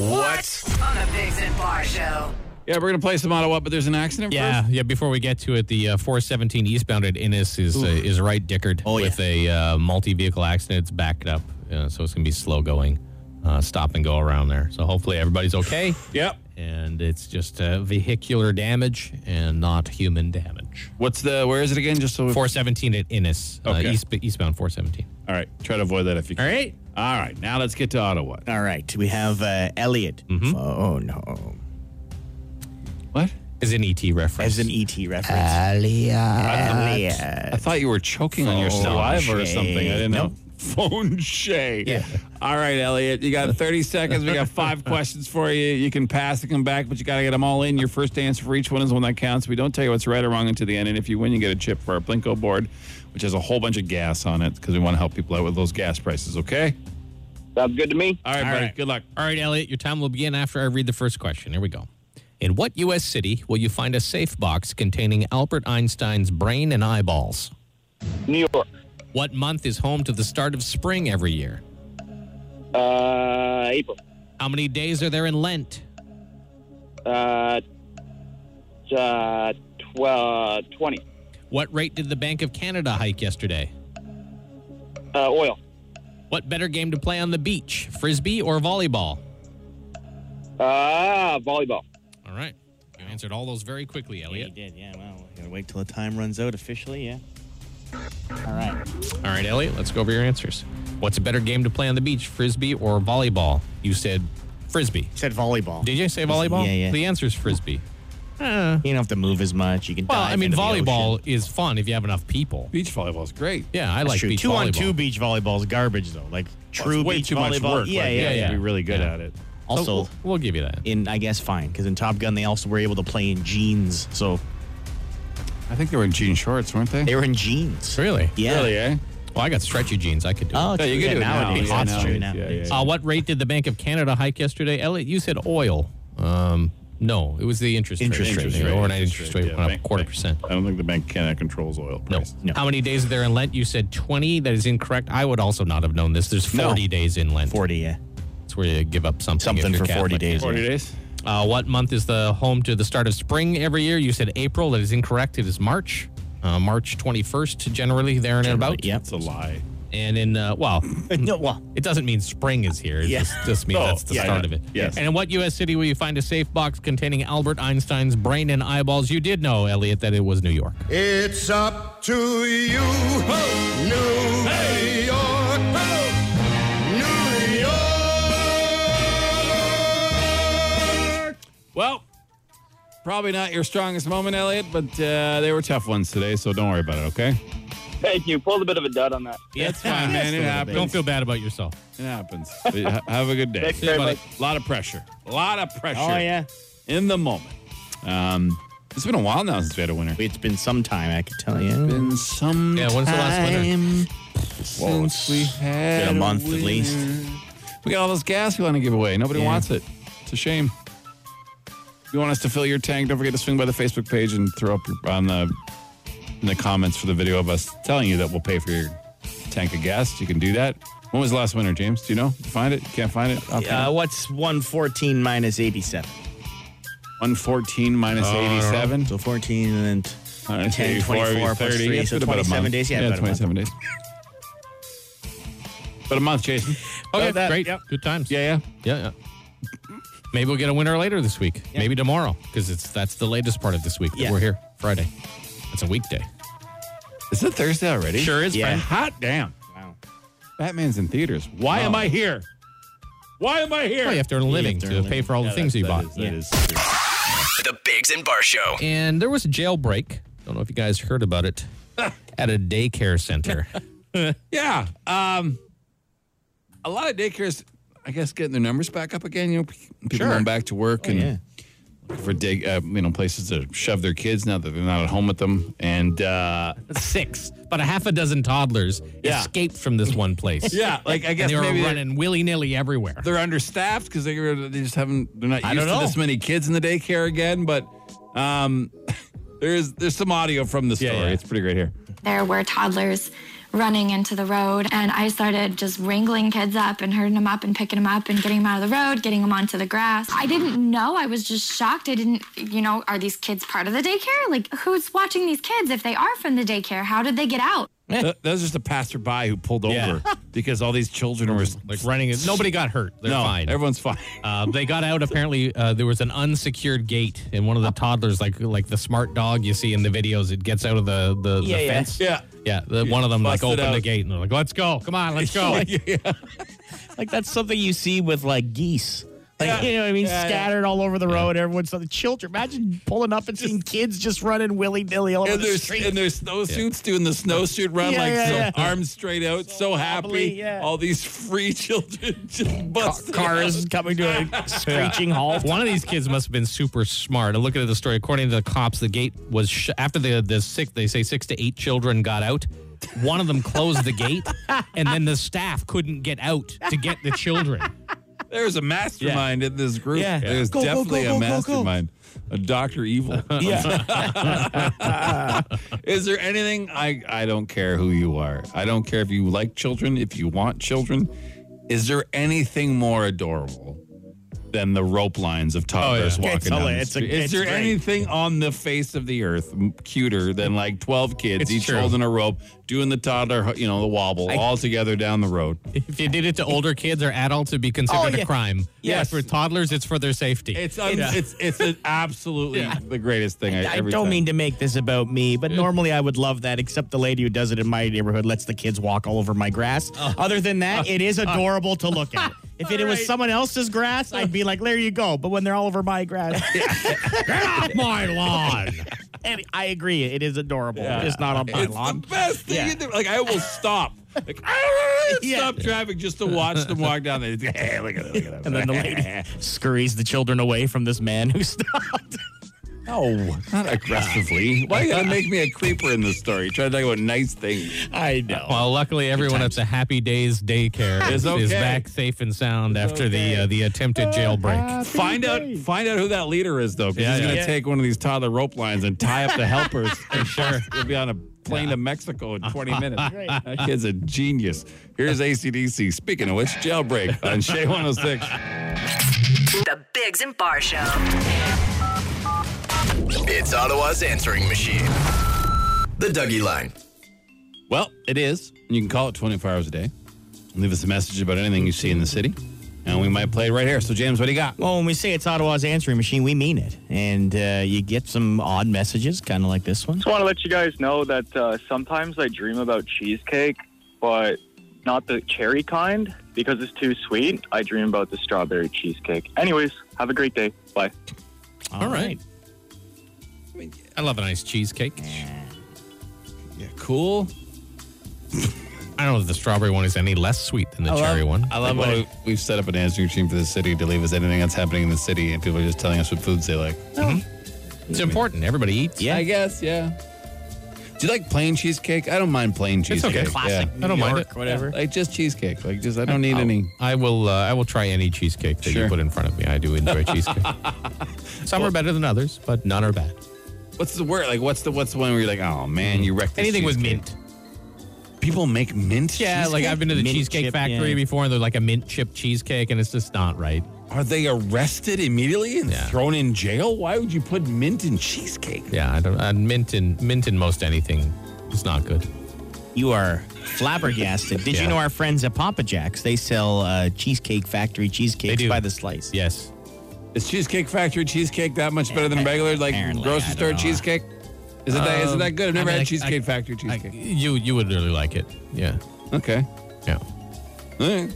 S1: what?
S6: On the Bigs and Bar Show.
S2: Yeah, we're gonna play some Ottawa, but there's an accident
S3: Yeah,
S2: first.
S3: yeah. Before we get to it, the uh, 417 eastbound at Innis is uh, is right dickered
S2: Oh,
S3: with a uh, multi vehicle accident. It's backed up, uh, so it's gonna be slow going. Uh, stop and go around there. So hopefully everybody's okay.
S2: Yep.
S3: and it's just uh, vehicular damage and not human damage.
S2: What's the where is it again? Just so we
S3: 417 at Innis,
S8: Okay.
S3: uh, east, eastbound 417.
S8: All right, try to avoid that if you can.
S3: right.
S8: All right, now let's get to Ottawa.
S4: All right, we have uh, Elliot. Oh no,
S2: What?
S3: Is an ET reference.
S4: as an E ET reference. Elliot.
S2: I thought you were choking on yourself.
S8: Alive or something? I didn't know.
S4: Nope.
S2: Phone Shay. Yeah. All right, Elliot. You got 30 seconds. We got five questions for you. You can pass and come back, but you got to get them all in. Your first answer for each one is the one that counts. We don't tell you what's right or wrong until the end. And if you win, you get a chip for our Plinko board, which has a whole bunch of gas on it because we want to help people out with those gas prices, okay?
S9: Sounds good to me.
S2: All right, buddy.
S3: right.
S2: Good luck.
S3: All right, Elliot, your time will begin after I read the first question. Here we go. In what U.S. city will you find a safe box containing Albert Einstein's brain and eyeballs?
S9: New York.
S3: What month is home to the start of spring every year?
S9: Uh, April.
S3: How many days are there in Lent?
S9: Uh, uh, tw- uh, 20.
S3: What rate did the Bank of Canada hike yesterday?
S9: Uh, oil.
S3: What better game to play on the beach, frisbee or volleyball?
S9: Uh, volleyball.
S3: All right. You answered all those very quickly,
S4: Yeah, he
S3: Elliot.
S4: did. Yeah. Well, we gotta wait till the time runs out officially. Yeah. All right.
S3: All right, Elliot, let's go over your answers. What's a better game to play on the beach, frisbee or volleyball? You said frisbee.
S4: Said volleyball.
S3: Did you say volleyball?
S4: Yeah, yeah.
S3: The answer is frisbee.
S4: You don't have to move as much. You can.
S3: Well,
S4: dive
S3: I mean,
S4: into the ocean.
S3: volleyball is fun if you have enough people.
S2: Beach volleyball is great.
S3: Yeah, I
S4: That's
S3: like
S4: true.
S3: beach
S4: two
S3: volleyball.
S4: on two beach volleyball is garbage though. Like true
S2: way
S4: beach
S2: too much
S4: volleyball.
S2: work,
S4: Yeah,
S2: like,
S4: yeah,
S3: yeah,
S4: yeah.
S3: yeah.
S4: Be really good
S3: Yeah.
S4: at it.
S3: So
S4: Also,
S3: Oh, we'll, we'll give you that.
S4: in I guess fine because in Top Gun they also were able to play in jeans, so
S2: I think they were in jean shorts, weren't they?
S4: they were in jeans.
S3: Really?
S4: Yeah.
S2: Really, eh?
S3: Well, I got stretchy jeans. I could do
S4: Oh,
S3: it.
S4: true.
S2: you
S4: yeah,
S2: can do it now.
S4: nowadays.
S2: Yeah,
S4: That's true
S2: nowadays. Yeah,
S4: nowadays.
S3: Uh, what rate did the Bank of Canada hike yesterday? Elliot, you said oil. Um, no, it was the interest,
S4: Interest
S3: rate.
S4: rate.
S3: The
S8: Interest
S3: overnight interest
S8: rate,
S3: rate
S8: yeah.
S3: went up a
S8: Bank-
S3: quarter
S8: bank-
S3: percent.
S8: I don't think the Bank of Canada controls oil.
S3: No.
S8: prices.
S4: No.
S3: How many days are there in Lent? You said 20. That is incorrect. I would also not have known this. There's 40 days in Lent.
S4: Forty. Yeah.
S3: It's where you give up something. if
S4: Something
S3: you're
S4: for 40
S3: Catholic,
S4: days.
S3: isn't it?
S2: 40 days?
S3: Uh, what month is the home to the start of spring every year? You said April. That is incorrect. It is March. Uh, March 21st, generally, there and about.
S4: Yep.
S2: It's a lie.
S3: And in, uh, well,
S4: No, well,
S3: it doesn't mean spring is here. It
S4: Yeah.
S3: just, just means
S2: Oh,
S3: that's the
S2: yeah,
S3: start
S2: yeah.
S3: of it.
S2: Yes.
S3: And in what U.S. city will you find a safe box containing Albert Einstein's brain and eyeballs? You did know, Elliot, that it was New York.
S7: It's up to you, New York, New York.
S10: Well,
S2: Probably not your strongest moment, Elliot, but uh, they were tough ones today, so don't worry about it, okay?
S11: Thank you. Pulled a bit of a dud on that.
S3: Yeah, it's fine,
S2: man. It happens.
S3: Don't feel bad about yourself.
S2: It happens. But uh, ha- Have a good day.
S11: Thanks very
S3: buddy.
S11: much.
S2: A lot of pressure. A lot of pressure.
S4: oh yeah.
S2: In the moment. Um, it's been a while now since we had a winner.
S4: It's been some time, I could tell you.
S2: been some
S3: Yeah, when's the last winner?
S4: Well,
S2: since we had
S4: been a month at least.
S2: We got all this gas we want to give away. Nobody
S4: Yeah.
S2: wants it. It's a shame. If you want us to fill your tank, don't forget to swing by the Facebook page and throw up your- on the in the comments for the video of us telling you that we'll pay for your tank of gas. You can do that. When was the last winner, James? Do you know? Did you find it? Can't find it? Okay.
S4: Uh, what's 114 minus 87?
S2: 114 minus
S4: Oh,
S2: 87.
S4: So 14 and then
S2: All right,
S4: 10,
S2: 84,
S4: 24 plus
S2: 30.
S4: 3,
S2: It's
S4: so
S2: been about a
S4: 27
S2: month.
S4: days. Yeah,
S2: yeah
S4: about a month.
S2: 27 days. About a month, Jason.
S3: Okay,
S4: About that,
S3: great.
S4: yep.
S3: Good times.
S2: Yeah, yeah.
S3: Yeah, yeah. Maybe we'll get a winner later this week. Maybe tomorrow, because it's that's the latest part of this week. that
S4: Yeah.
S3: We're here Friday. It's a weekday.
S2: Is it Thursday already?
S3: Sure is,
S4: Yeah.
S3: friend.
S2: Hot damn.
S4: Wow.
S2: Batman's in theaters. Why am I here? Why am I here?
S3: Oh. Well, you have to earn a living
S4: to
S3: to,
S4: earn a
S3: pay
S4: living.
S3: for all the things that you bought.
S4: Yeah.
S1: The Bigs and Bar Show.
S3: And there was a jailbreak. Don't know if you guys heard about it at a daycare center.
S2: Yeah. Um, a lot of daycares, I guess, getting their numbers back up again. You know, people
S3: Sure.
S2: going back to work and
S4: yeah.
S2: looking for day, uh, you know, places to shove their kids now that they're not at home with them. And uh,
S3: Six, but a half a dozen toddlers
S2: Yeah.
S3: escaped from this one place.
S2: yeah, like I
S3: And
S2: guess
S3: they were
S2: maybe they're-
S3: running willy nilly everywhere.
S2: they're understaffed because they were- they just haven't they're not
S3: I
S2: used
S3: don't
S2: to
S3: know.
S2: this many kids in the daycare again. But um, there's there's some audio from the story.
S3: yeah.
S2: It's pretty great here.
S9: there were toddlers running into the road and i started just wrangling kids up and herding them up and picking them up and getting them out of the road getting them onto the grass i didn't know i was just shocked i didn't you know are these kids part of the daycare like who's watching these kids if they are from the daycare how did they get out
S2: Th- that was just a passerby who pulled over
S3: Yeah.
S2: because all these children were
S3: Like running. Nobody got hurt. They're
S2: no,
S3: fine.
S2: everyone's fine.
S3: Uh, they got out. Apparently, uh, there was an unsecured gate, and one of the toddlers, like like the smart dog you see in the videos, it gets out of the the,
S4: Yeah,
S3: the
S4: yeah.
S3: fence.
S2: Yeah.
S3: yeah. The, one of them like
S2: Busted
S3: opened the
S2: out.
S3: gate, and they're like, "Let's go! Come on, let's go!"
S4: Like that's something you see with like geese. Like
S2: Yeah.
S4: you know what I mean?
S2: Yeah,
S4: Scattered all over the road, everyone's the children. Imagine pulling up and seeing kids just running willy nilly all over
S2: And
S4: the
S2: there's
S4: street.
S2: and there's snow suits doing the snowsuit run,
S4: Yeah,
S2: like
S4: yeah,
S2: so
S4: yeah.
S2: arms straight out, so, happy.
S4: wobbly, yeah.
S2: All these free children just busted
S4: Cars
S2: out.
S4: coming to a screeching halt.
S3: One of these kids must have been super smart. And looking at the story, according to the cops, the gate was sh- after the the six. They say six to eight children got out. One of them closed the gate, and then the staff couldn't get out to get the children.
S2: There's a mastermind in this group.
S4: Yeah.
S2: There's
S4: Go, go, go,
S2: definitely
S4: go,
S2: a
S4: go, go.
S2: mastermind. A Doctor Evil.
S4: Yeah.
S2: Is there anything I I don't care who you are. I don't care if you like children, if you want children. Is there anything more adorable than the rope lines of toddlers
S3: yeah.
S2: walking
S4: Oh, It's
S2: down the
S4: hilarious. It's a-
S2: street? Is
S4: it's
S2: there
S4: great.
S2: anything on the face of the earth m- cuter than like 12 kids
S3: It's
S2: each
S3: true.
S2: holding a rope doing the toddler, you know, the wobble all together down the road?
S3: If you did it to older kids or adults, it'd be considered
S4: yeah.
S3: a crime.
S2: Yes.
S3: But for toddlers, it's for their safety.
S2: It's un- it's it's an absolutely the greatest thing I,
S4: I
S2: ever
S4: don't
S2: seen.
S4: mean to make this about me, but normally I would love that, except the lady who does it in my neighborhood lets the kids walk all over my grass. Other than that, it is adorable to look at. If it was someone else's grass, I'd be like, there you go. But when they're all over my grass,
S3: Get off my lawn.
S4: and I agree, it is adorable. It's not on my
S2: It's
S4: lawn.
S2: the best thing
S4: Yeah.
S2: you do. Like I will stop. Like I will
S4: Yeah.
S2: stop traffic just to watch them walk down there. Hey, look at it, look at it.
S4: And then the lady scurries the children away from this man who stopped.
S2: No, not aggressively. Why you gotta make me a creeper in this story? Try to talk about nice things.
S4: I know.
S3: Well, luckily, everyone at the Happy Days daycare
S2: It's
S3: is,
S2: okay.
S3: is back safe and sound after the uh, the attempted jailbreak.
S2: Find out, find out who that leader is though, because
S3: Yeah,
S2: he's gonna
S3: yeah.
S2: take one of these toddler rope lines and tie up the helpers.
S3: Sure.
S2: He'll be on a plane to Mexico in 20 minutes. That kid's a genius. Here's ACDC. Speaking of which, jailbreak on Shea 106.
S6: The Bigs and Bar Show.
S1: It's Ottawa's answering machine. The Dougie Line.
S2: Well, it is. You can call it 24 hours a day. Leave us a message about anything you see in the city, and we might play it right here. So, James, what do you got?
S4: Well, when we say it's Ottawa's answering machine, we mean it. And uh, you get some odd messages, kind of like this one.
S9: Just want to let you guys know that uh, sometimes I dream about cheesecake, but not the cherry kind because it's too sweet. I dream about the strawberry cheesecake. Anyways, have a great day. Bye.
S3: All right. I love a nice cheesecake.
S2: Yeah, cool.
S3: I don't know if the strawberry one is any less sweet than the cherry one.
S2: I love how we've set up an answering machine for the city to leave us anything that's happening in the city, and people are just telling us what foods they like.
S3: It's important. Everybody eats.
S2: I guess. Yeah. Do you like plain cheesecake? I don't mind plain
S3: It's
S2: cheesecake.
S3: okay. Classic.
S2: Yeah.
S3: I don't mind it.
S4: whatever.
S2: Like just cheesecake. Like just I don't need any.
S3: I will. Uh, I will try any cheesecake that
S2: Sure.
S3: you put in front of me. I do enjoy cheesecake. Some are better than others, but none are bad.
S2: What's the word? Like what's the what's the one where you're like, oh man, you wrecked this
S3: Anything with
S2: cheesecake."
S3: mint.
S2: People make mint.
S3: Yeah, like I've been to the
S4: Mint
S3: cheesecake
S4: chip,
S3: factory
S4: yeah.
S3: before, and they're like a mint chip cheesecake, and it's just not right.
S2: Are they arrested immediately and
S3: Yeah.
S2: thrown in jail? Why would you put mint in cheesecake?
S3: Yeah, I don't. Uh, mint in mint in most anything is not good.
S4: You are flabbergasted. Did
S3: Yeah.
S4: you know our friends at Papa Jack's? They sell uh, Cheesecake Factory cheesecakes
S3: do.
S4: by the slice.
S3: Yes,
S2: Is Cheesecake Factory cheesecake that much better
S3: Eh,
S2: than regular like
S4: Apparently,
S2: grocery
S4: I
S2: store
S4: don't know.
S2: cheesecake? Is it that isn't that good? I've
S3: I
S2: never
S3: mean,
S2: had
S3: I-
S2: Cheesecake
S3: I-
S2: Factory
S3: I-
S2: cheesecake.
S3: you you would really like it. Yeah,
S2: okay.
S3: yeah.
S2: All right.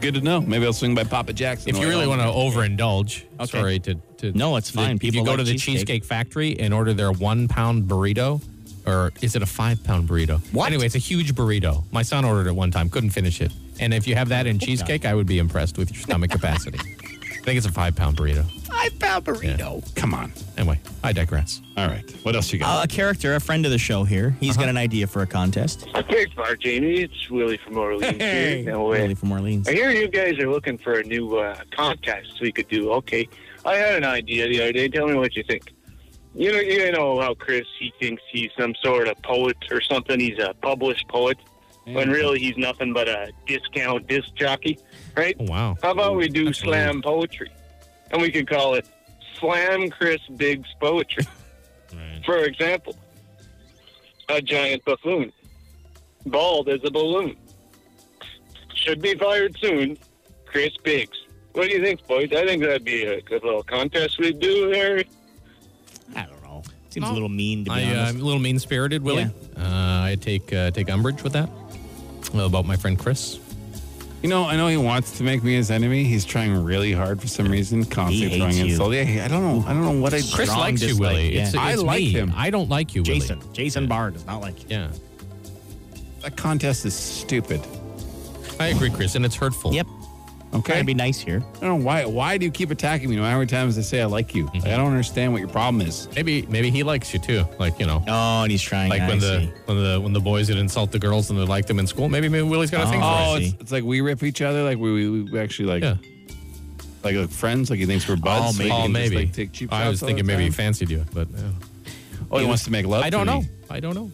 S2: Good to know. Maybe I'll swing by Papa Jack's.
S3: If you really want to overindulge,
S4: Okay.
S3: sorry to, to
S4: No, it's fine.
S3: If you
S4: People
S3: go
S4: like
S3: to the
S4: cheesecake.
S3: cheesecake. factory and order their one pound burrito, or is it a five pound burrito?
S4: What?
S3: Anyway, it's a huge burrito. My son ordered it one time, couldn't finish it. And if you have that in cheesecake, I would be impressed with your stomach capacity. I think it's a five pound burrito.
S4: Five pound burrito.
S2: come on.
S3: Anyway, I digress.
S2: All right. What else you got?
S4: Uh, a character, a friend of the show here,
S3: Uh-huh.
S4: he's got an idea for a contest.
S9: Hey, Bar Jamie. It's Willie from Orleans.
S2: Hey.
S9: here. No way.
S4: Really from Orleans.
S9: I hear you guys are looking for a new uh, contest we could do. Okay, I had an idea the other day. Tell me what you think. You know, you know how Chris he thinks he's some sort of poet or something. He's a published poet, when really he's nothing but a discount disc jockey, right?
S3: Oh, wow.
S9: How about we do
S3: That's
S9: slam poetry, and we could call it Slam Chris Biggs Poetry. For example, a giant buffoon, bald as a balloon, should be fired soon. Chris Biggs. What do you think, boys? I think that'd be a good little contest we'd do there.
S4: I don't know. Seems a little mean to be
S3: I, uh,
S4: honest.
S3: I'm a little mean spirited, Willie. Uh, I take uh, take umbrage with that about my friend Chris.
S2: You know, I know he wants to make me his enemy. He's trying really hard for some reason, constantly
S4: hates
S2: throwing
S4: you.
S2: insult. Yeah, I don't know. I don't know what I.
S3: Chris
S4: Strong
S3: likes you,
S4: dislike,
S3: Willie.
S4: yeah.
S3: It's,
S2: I
S3: it's
S2: like
S3: me.
S2: him.
S3: I don't like you, Willie.
S4: Jason. Jason Barr does not like you.
S3: Yeah.
S2: That contest is stupid.
S3: I agree, Chris, and it's hurtful.
S4: Yep.
S2: Okay.
S4: Trying to be nice here.
S2: I don't know why. Why do you keep attacking me? No matter how many times I say I like you, Like, I don't understand what your problem is.
S3: Maybe maybe he likes you too. Like you know,
S4: Oh, and he's trying.
S3: like
S4: I
S3: when the
S4: see.
S3: when the when the boys would insult the girls and they like them in school. Maybe maybe Willie's got a thing
S4: I
S2: Oh,
S3: for
S4: see.
S2: it's, it's like we rip each other. Like we, we, we actually like
S3: it. Yeah.
S2: like like friends. Like he thinks we're buds. so
S4: Oh,
S2: he
S4: maybe.
S2: can
S3: Oh,
S2: just,
S3: maybe.
S2: like, take cheap
S3: I was
S2: shots all
S3: thinking
S2: the
S3: maybe he
S2: time.
S3: fancied you, but yeah.
S2: Oh, he wants to make love.
S3: I
S2: to
S3: don't
S2: me.
S3: know. I don't know.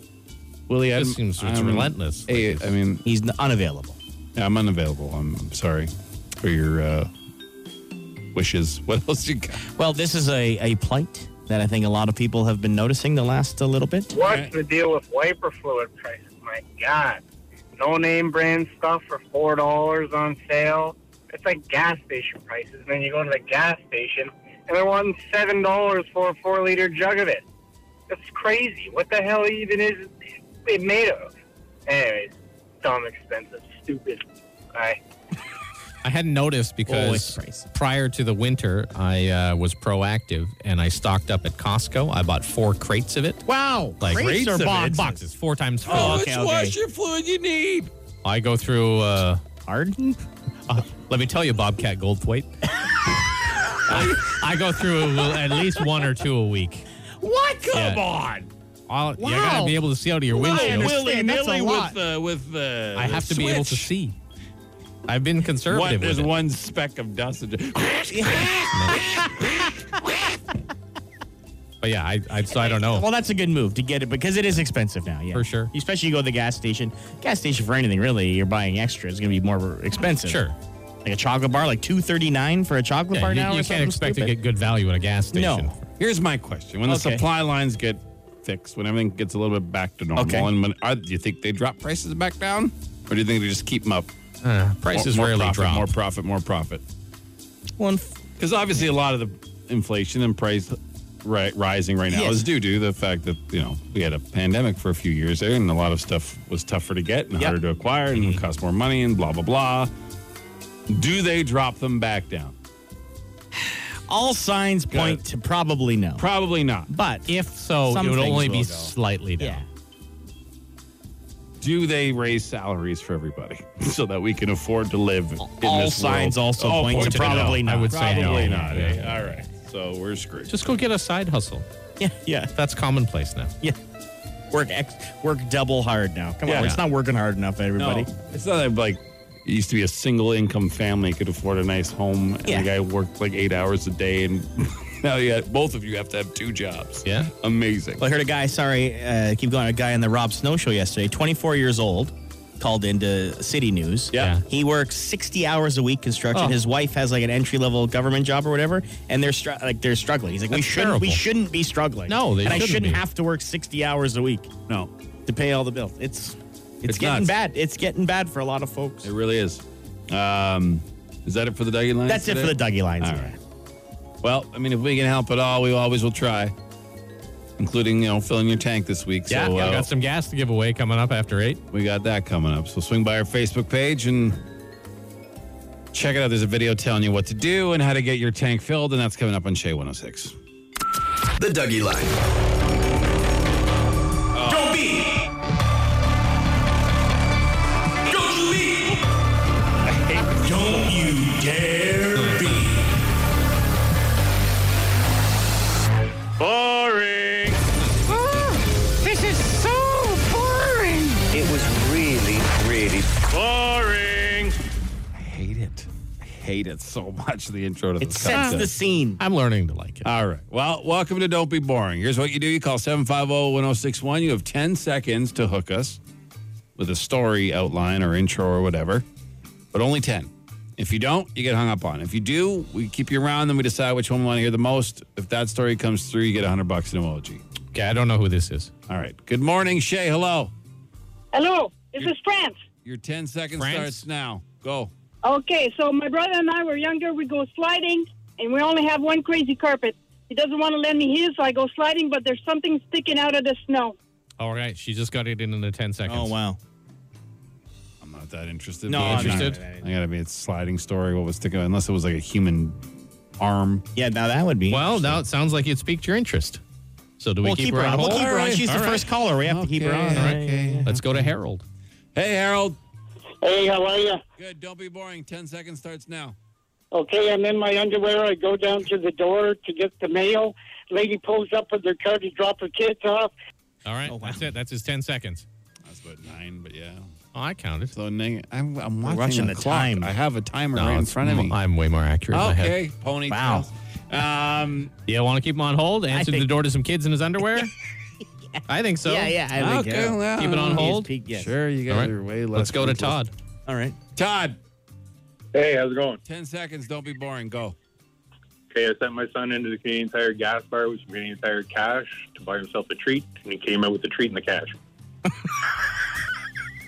S2: Willie. I'm-
S3: Just seems it's
S2: I'm-
S3: relentless.
S2: Hey, I mean,
S4: He's n- unavailable.
S2: Yeah, I'm unavailable. I'm, I'm sorry for your uh, wishes. What else you got?
S4: Well, this is a, a plight that I think a lot of people have been noticing the last uh, little bit.
S12: What's the deal with wiper fluid prices? My God. No name brand stuff for four dollars on sale. It's like gas station prices. And then you go to the gas station and they're wanting seven dollars for a four liter jug of it. That's crazy. What the hell even is it made of? Anyways, dumb, expensive, stupid. Bye.
S3: I hadn't noticed because
S4: price.
S3: prior to the winter, I uh, was proactive and I stocked up at Costco. I bought four crates of it.
S4: Wow.
S3: Like
S4: Crates or boxes?
S3: boxes, four times filled.
S4: Oh,
S13: Oh,
S4: okay,
S13: it's
S4: okay.
S13: washer fluid you need.
S3: I go through. Uh,
S4: Harden?
S3: Uh, let me tell you, Bobcat Goldthwait. I, I go through at least one or two a week.
S4: What?
S3: Come
S4: on.
S3: I'll, You gotta
S4: Wow.
S3: be able to see out of your windshield.
S13: Willy
S4: that's a
S13: nilly
S4: lot.
S13: with the with the.
S3: I have to be able to
S13: switch.
S3: see. I've been
S13: One,
S3: conservative.
S13: there's
S3: with it.
S13: one speck of dust. and just-
S3: But yeah, I, I so I don't know.
S4: Well, that's a good move to get it because it is expensive now. Yeah,
S3: For sure.
S4: Especially you go to the gas station. Gas station for anything really, you're buying extra. It's going to be more expensive.
S3: Sure.
S4: Like a chocolate bar, like two thirty nine for a chocolate
S3: Yeah,
S4: bar
S3: you, you
S4: now. or
S3: can't
S4: something
S3: expect
S4: stupid?
S3: to get good value at a gas station.
S4: No.
S2: Here's my question: When the
S4: Okay.
S2: supply lines get fixed, when everything gets a little bit back to normal,
S3: Okay.
S2: and when, uh, do you think they drop prices back down, or do you think they just keep them up?
S3: Uh, prices
S2: more, more
S3: rarely
S2: profit,
S3: drop.
S2: More profit, more profit.
S4: Well,
S2: Because obviously, a lot of the inflation and price ri- rising right now
S4: Yes.
S2: is due to the fact that you know we had a pandemic for a few years there, and a lot of stuff was tougher to get and harder to acquire, and
S3: Mm-hmm.
S2: it cost more money, and blah blah blah. Do they drop them back down?
S4: All signs point to probably no.
S2: Probably not.
S4: But
S3: if so,
S4: some
S3: it would
S4: things
S3: only
S4: will
S3: be
S4: go.
S3: slightly down.
S4: Yeah.
S2: Do they raise salaries for everybody so that we can afford to live? In
S4: All
S2: this
S4: signs
S2: world?
S4: also
S2: All
S4: point
S2: points
S4: to probably
S2: no.
S4: not.
S2: I would
S4: Probably
S2: say probably
S4: no.
S2: not.
S4: Yeah.
S2: eh? All right, so we're screwed.
S3: Just go get a side hustle.
S4: Yeah, yeah,
S3: That's commonplace now.
S4: yeah. Work ex- work double hard now. Come
S2: Yeah.
S4: on, it's not working hard enough, everybody.
S2: No, it's not that, like it used to be a single income family could afford a nice home, and
S4: Yeah.
S2: the guy worked like eight hours a day, and now yeah, both of you have to have two jobs.
S3: Yeah.
S2: amazing.
S4: Well, I heard a guy, sorry, uh, keep going, a guy on the Rob Snow show yesterday, 24 years old, called into City News.
S2: Yeah.
S4: He works 60 hours a week construction.
S3: Oh.
S4: His wife has like an entry level government job or whatever, and they're str- like they're struggling. He's like, we
S3: That's
S4: shouldn't, we
S3: terrible.
S4: shouldn't be struggling.
S3: No, they
S4: and I
S3: shouldn't
S4: shouldn't
S3: be.
S4: have to work 60 hours a week
S2: no,
S4: to pay all the bills. It's it's,
S2: It's
S4: getting
S2: nuts.
S4: bad. It's getting bad for a lot of folks.
S2: it really is. Um, is that it for the Dougie line?
S4: That's it for the Dougie lines.
S2: All right. Well, I mean, if we can help at all, we always will try, including you know filling your tank this week.
S3: Yeah,
S2: so,
S3: we
S2: uh,
S3: got some gas to give away coming up after eight.
S2: we got that coming up. So swing by our Facebook page and check it out. There's a video telling you what to do and how to get your tank filled, and that's coming up on Shea 106.
S1: The Dougie Line.
S14: Don't be. Don't you be. Don't you dare be. Boring.
S15: This is so boring.
S1: It was really, really
S14: Boring.
S2: I hate it. I hate it so much. The intro to
S4: It
S2: this
S4: sets the
S2: contest.
S4: scene.
S3: I'm learning to like it.
S2: All right. Well, welcome to Don't Be Boring. Here's what you do you call 750 1061. You have 10 seconds to hook us with a story outline or intro or whatever, but only 10. If you don't, you get hung up on. If you do, we keep you around, then we decide which one we want to hear the most. If that story comes through, you get 100 bucks in emoji.
S3: Okay, I don't know who this is.
S2: All right. Good morning, Shay. Hello.
S16: Hello, this is France.
S2: Your 10 seconds
S3: France?
S2: starts now. Go.
S16: Okay, so my brother and I were younger. We go sliding, and we only have one crazy carpet. He doesn't want to lend me his, so I go sliding, but there's something sticking out of the snow.
S3: All right, she just got it in in the 10 seconds.
S4: Oh wow.
S2: I'm not that interested.
S4: No,
S2: but
S4: I'm not
S2: interested.
S4: interested.
S2: I gotta be a sliding story. What was sticking? Unless it was like a human arm.
S4: Yeah, now that would be.
S3: Well, now it sounds like it piqued your interest. So do we
S4: we'll
S3: keep, her on
S4: We'll
S3: hold?
S4: keep her on. She's the
S3: All right.
S4: first caller. We have to keep her on.
S3: Okay. Let's go to Harold.
S2: Hey, Harold.
S9: Hey, how are you?
S2: Good. Don't be boring. Ten seconds starts now.
S9: Okay, I'm in my underwear. I go down to the door to get the mail. Lady pulls up with her car to drop her kids off.
S3: All
S4: Oh,
S3: right, that's it. That's his 10 seconds.
S2: That's about nine, but yeah.
S3: Oh, I counted.
S2: So neg- I'm, I'm watching,
S4: watching
S2: the,
S4: the
S2: clock.
S4: time.
S2: I have a timer
S3: No,
S2: right in
S3: it's-
S2: front of me.
S3: I'm way more accurate. in my head.
S2: Okay, ponytail.
S4: Wow.
S2: Um,
S3: Yeah, want to keep him on hold? Answered
S4: think-
S3: the door to some kids in his underwear? I think so.
S4: Yeah, yeah. I think,
S2: okay,
S4: yeah.
S2: well,
S3: Keep it on hold.
S4: He's peaked, yes.
S2: Sure, you guys
S3: All right.
S2: are way less.
S3: Let's go to
S2: ruthless.
S3: Todd.
S4: All right.
S2: Todd,
S9: Hey, how's it going?
S2: ten seconds. Don't be boring. Go.
S9: Okay, I sent my son into the Canadian Tire gas bar with some Canadian Tire cash to buy himself a treat, and he came out with the treat and the cash.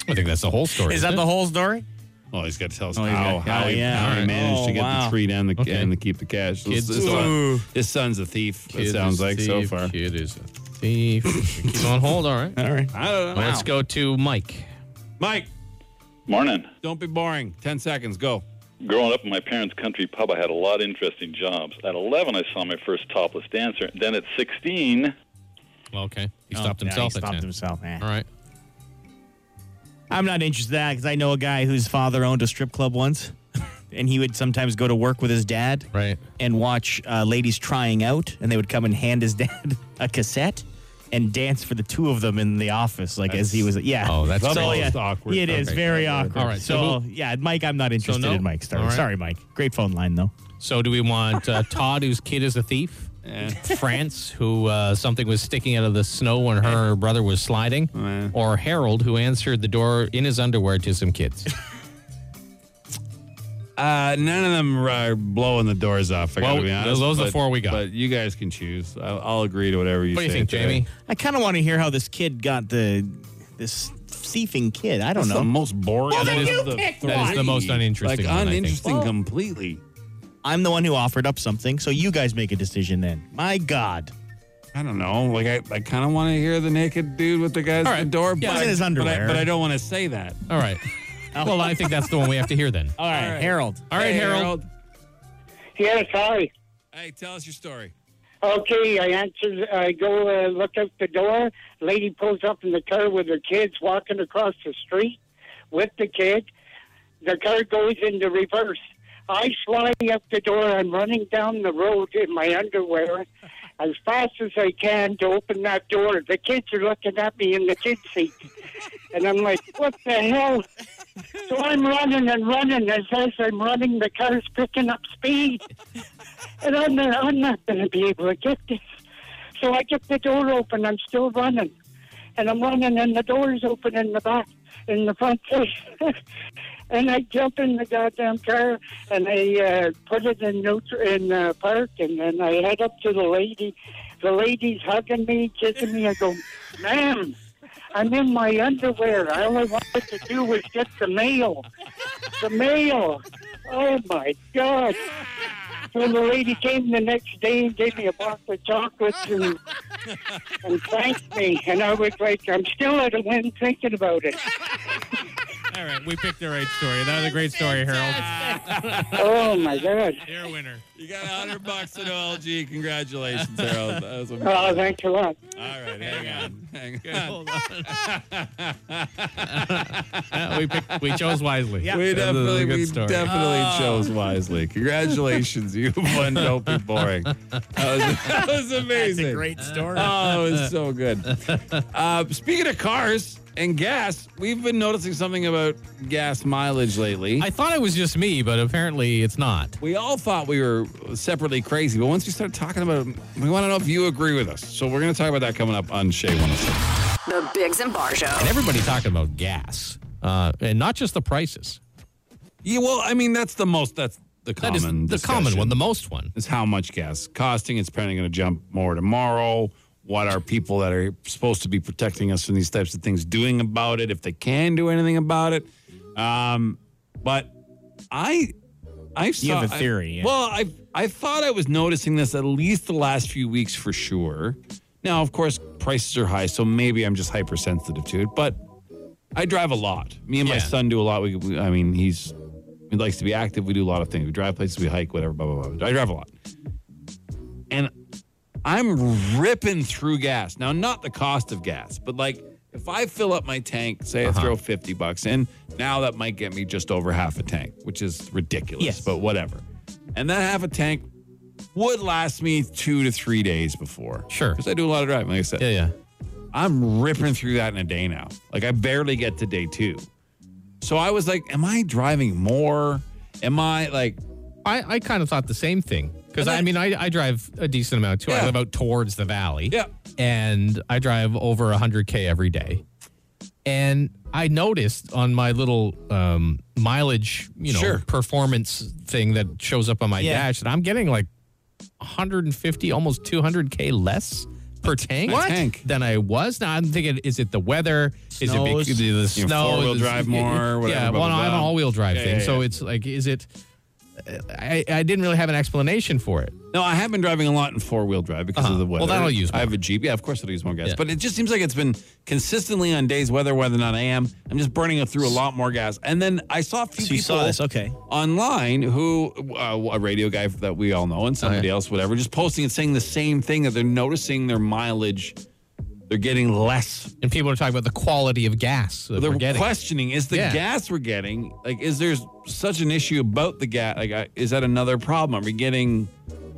S3: I think that's the whole story.
S4: Is that
S3: isn't
S4: the
S3: it?
S4: whole story?
S2: Oh, he's got to tell us
S4: Oh, he's
S2: how,
S4: got-
S2: how,
S4: oh,
S2: he,
S4: yeah.
S2: how he
S4: All right.
S2: managed
S4: Oh,
S2: to get
S4: wow.
S2: the treat and the
S3: Okay.
S2: and to keep the cash. This-
S3: Kids
S2: this-
S3: is
S4: Ooh.
S2: his son's a thief.
S3: Kid
S2: it
S3: is
S2: sounds
S3: a
S2: like so
S3: thief,
S2: far.
S3: Kid is a thief. Keep on hold. All right.
S4: All right.
S2: I don't know.
S3: Let's go to Mike.
S2: Mike,
S17: Morning.
S2: don't be boring. 10 seconds, go.
S17: Growing up in my parents' country pub, I had a lot of interesting jobs. At 11, I saw my first topless dancer. Then at 16,
S3: Well, okay. He
S4: Oh,
S3: stopped
S4: yeah,
S3: himself
S4: he
S3: at
S4: stopped
S3: 10.
S4: himself. eh.
S3: All right.
S4: I'm not interested in that because I know a guy whose father owned a strip club once, and he would sometimes go to work with his dad
S3: Right.
S4: and watch uh, ladies trying out, and they would come and hand his dad a cassette and dance for the two of them in the office, like as he was. Yeah.
S3: Oh, that's
S4: so,
S3: almost
S4: yeah,
S2: awkward.
S4: It is
S3: Okay.
S4: very awkward.
S3: All right, so
S4: So, yeah, Mike, I'm not interested
S3: no?
S4: in Mike Star.
S3: All right.
S4: Sorry, Mike. Great phone line though.
S3: So do we want uh, Todd, whose kid is a thief? France, who uh, something was sticking out of the snow when her brother was sliding,
S2: Eh.
S3: or Harold, who answered the door in his underwear to some kids.
S2: Uh, none of them are blowing the doors off. I
S3: Well,
S2: gotta be honest.
S3: those are the
S2: but-
S3: four we got.
S2: But you guys can choose. I'll, I'll agree to whatever you
S3: What do
S2: say.
S3: you think,
S2: today.
S3: Jamie?
S4: I kind of want to hear how this kid got the this thieving kid. I don't
S2: That's
S4: know.
S2: the most boring.
S4: Well,
S2: of
S4: then
S2: the-
S4: you
S2: the
S4: pick
S2: three.
S4: one. That is the most uninteresting
S2: Like
S4: one, I think.
S2: uninteresting
S4: Well-
S2: completely.
S4: I'm the one who offered up something, so you guys make a decision then. My God.
S2: I don't know. Like I, I kind of want to hear the naked dude with the guys
S4: All
S2: at the
S4: right.
S2: door.
S4: Yeah,
S2: but
S4: it's
S2: I-
S4: in his
S2: but I-
S4: underwear.
S2: But I, don't want to say that.
S3: All right. well, I think that's the one we have to hear then.
S4: All right, Harold.
S3: All right,
S2: Hey,
S3: Harold.
S11: Yes, hi.
S2: Hey, tell us your story.
S11: Okay, I answer. I go uh, look out the door. Lady pulls up in the car with her kids, walking across the street with the kid. The car goes into reverse. I fly up the door. I'm running down the road in my underwear as fast as I can to open that door. The kids are looking at me in the kids' seat, and I'm like, "What the hell?" So I'm running and running. As as I'm running, the car's picking up speed. And I'm not, I'm not going to be able to get this. So I get the door open. I'm still running. And I'm running, and the door's open in the back, in the front. and I jump in the goddamn car, and I uh, put it in neutral, in uh, park, and then I head up to the lady. The lady's hugging me, kissing me. I go, ma'am, I'm in my underwear. I only wanted to do was get the mail. The mail. Oh, my God. So the lady came the next day and gave me a box of chocolates and, and thanked me. And I was like, I'm still at a win thinking about it.
S3: All right, we picked the right story. That was a great story, Harold.
S11: Oh, my God.
S3: You're a winner.
S2: You got a hundred bucks at OLG. Congratulations, Harold. That was amazing.
S11: Oh, thanks a lot.
S2: All right, hang on, hang
S3: Good,
S2: on.
S3: hold Uh, we picked, we chose wisely.
S2: We
S3: That was
S2: definitely,
S3: a good
S2: we
S3: story. Uh,
S2: definitely chose wisely. Congratulations, you won. Don't be boring. That was, that was amazing.
S4: That's a great story.
S3: Uh,
S2: Oh, it was so good. Uh, speaking of cars and gas, we've been noticing something about gas mileage lately.
S3: I thought it was just me, but apparently it's not.
S2: we all thought we were separately crazy, but once we started talking about it, we want to know if you agree with us. So we're going to talk about that coming up on Shea 106.
S6: The Biggs and Bar Show.
S3: And everybody talking about gas, uh, and not just the prices.
S2: Yeah, well, I mean, that's the most, that's the
S3: That is
S2: common
S3: the
S2: discussion.
S3: common one, the most one.
S2: is how much gas costing. It's probably going to jump more tomorrow. What are people that are supposed to be protecting us from these types of things doing about it? If they can do anything about it, um, but I, I saw,
S4: have a theory,
S2: I-
S4: yeah.
S2: Well, I I thought I was noticing this at least the last few weeks for sure. Now, of course, prices are high, so maybe I'm just hypersensitive to it. But I drive a lot. Me and my
S3: Yeah.
S2: son do a lot. We, we- I mean, he's he likes to be active. We do a lot of things. We drive places. We hike. Whatever. Blah blah blah. I drive a lot, and I'm ripping through gas now. Not the cost of gas, but like if I fill up my tank, say I throw fifty bucks in, now that might get me just over half a tank, which is ridiculous. But whatever. And that half a tank would last me two to three days before. Sure. Because I do a lot of driving, like I said.
S3: Yeah, yeah.
S2: I'm ripping through that in a day now. Like I barely get to day two. So I was like, am I driving more? Am I like
S3: I, I kind of thought the same thing because
S2: And
S3: I
S2: then-
S3: mean I, I drive a decent amount too. I
S2: Yeah.
S3: live out towards the valley.
S2: Yeah.
S3: and I drive over 100k every day. And I noticed on my little um, mileage, you know,
S2: Sure.
S3: performance thing that shows up on my
S2: Yeah.
S3: dash that I'm getting like 150, almost 200k less per tank,
S2: What? tank.
S3: than I was. Now I'm thinking, is it the weather?
S2: Snows.
S3: Is it the, the
S2: You know,
S3: snow?
S2: four-wheel
S3: Is-
S2: drive more, whatever,
S3: yeah,
S2: blah,
S3: well,
S2: blah,
S3: I have an
S2: blah.
S3: all-wheel drive
S2: Yeah,
S3: thing,
S2: yeah,
S3: so
S2: yeah.
S3: it's like, is it? I, I didn't really have an explanation for it.
S2: No, I have been driving a lot in four wheel drive because of the weather.
S3: Well, that'll use
S2: I have a Jeep. Yeah, of course it'll use more gas.
S3: Yeah.
S2: But it just seems like it's been consistently on days, whether whether or not I am, I'm just burning through a lot more gas. And then I saw a few
S4: So
S2: people
S4: you saw this, okay.
S2: online who, uh, a radio guy that we all know and somebody else, whatever, just posting and saying the same thing that they're noticing their mileage. They're getting less.
S3: And people are talking about the quality of gas that
S2: They're
S3: we're getting.
S2: questioning is the
S3: Yeah.
S2: gas we're getting like is there such an issue about the gas? Like I- is that another problem? Are we getting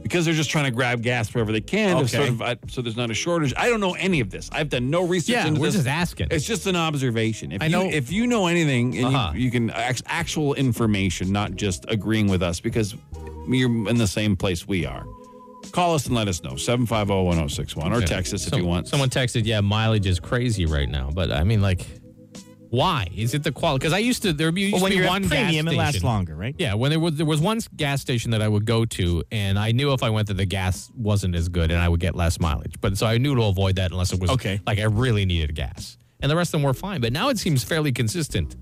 S2: because they're just trying to grab gas wherever they can, to
S3: Okay.
S2: sort of- I- so there's not a shortage. I don't know any of this. I've done no research.
S3: Yeah,
S2: into
S3: we're
S2: this.
S3: just asking.
S2: It's just an observation. If
S3: I
S2: you,
S3: know-
S2: if you know anything, and
S3: Uh-huh.
S2: you, you can act- actual information, not just agreeing with us, because you're in the same place we are. Call us and let us know 750-1061 or
S3: Okay.
S2: text us if
S3: Some-
S2: you want.
S3: Someone texted, yeah, mileage is crazy right now. But I mean, like, Why is it the quality? Because I used to there be, used
S4: Well, when
S3: to be
S4: you're at
S3: one
S4: premium,
S3: gas
S4: it
S3: station.
S4: lasts longer, right?
S3: Yeah, when there was there was one gas station that I would go to, and I knew if I went to the gas wasn't as good, and I would get less mileage. But so I knew to avoid that unless it was okay. Like I really needed gas, and the rest of them were fine. But now it seems fairly consistent.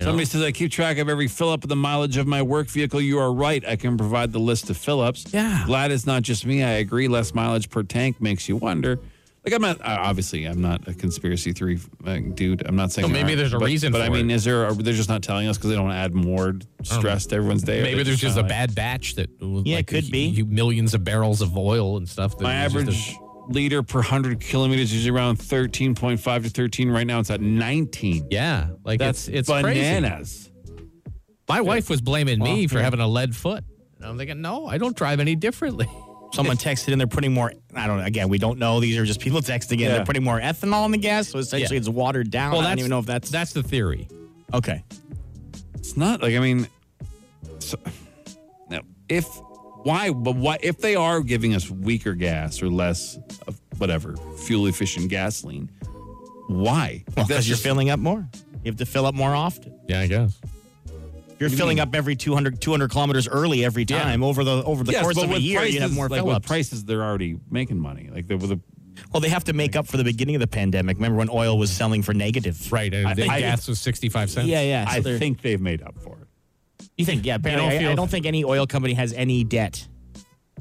S2: Somebody says, I keep track of every fill up of the mileage of my work vehicle. You are right. I can provide the list of fill ups. Yeah. Glad it's not just me. I agree. Less mileage per tank makes you wonder. Like, I'm not, uh, obviously, I'm not a conspiracy theory uh, dude. I'm not saying
S3: No,
S2: there
S3: maybe
S2: aren't,
S3: there's a
S2: but-
S3: reason
S2: But I
S3: for
S2: mean, is there, are they just not telling us because they don't want to add more stress to everyone's day?
S3: Maybe there's just a bad batch that uh, yeah, it could be millions of barrels of oil and stuff. that
S2: My
S3: was just a-
S2: average liter per 100 kilometers is around 13.5 to 13. Right now, it's at 19.
S3: Yeah. Like
S2: that's
S3: it's, it's
S2: bananas.
S3: Crazy. My wife was blaming me for having a lead foot. And I'm thinking, no, I don't drive any differently.
S4: Someone texted in, they're putting more. I don't know. Again, we don't know. These are just people texting in.
S3: Yeah.
S4: They're putting more ethanol in the gas, so essentially
S3: Yeah.
S4: it's watered down. I don't even know if that's
S3: that's the theory.
S4: okay.
S2: It's not like I mean, so, now, if why but why if they are giving us weaker gas or less of whatever fuel efficient gasoline, why?
S4: Well,
S2: That's
S4: because you're
S2: just-
S4: filling up more. You have to fill up more often.
S3: Yeah, I guess.
S4: You're filling up every 200, 200 kilometers early every time over the over the
S2: Yes,
S4: course
S2: but
S4: of a
S2: with
S4: year. you have
S2: prices-
S4: more
S2: like
S4: fill
S2: with
S4: ups.
S2: prices. They're already making money. Like they were the
S4: Well, they have to make up for the beginning of the pandemic. Remember when oil was selling for negative?
S3: Right. And
S4: I
S3: the
S4: think-
S3: gas was 65 cents.
S4: Yeah, yeah. So
S2: I
S4: they're-
S2: think they've made up for it.
S4: You think? Yeah, apparently.
S2: don't
S4: I- I,
S2: feel-
S4: don't think any oil company has any debt.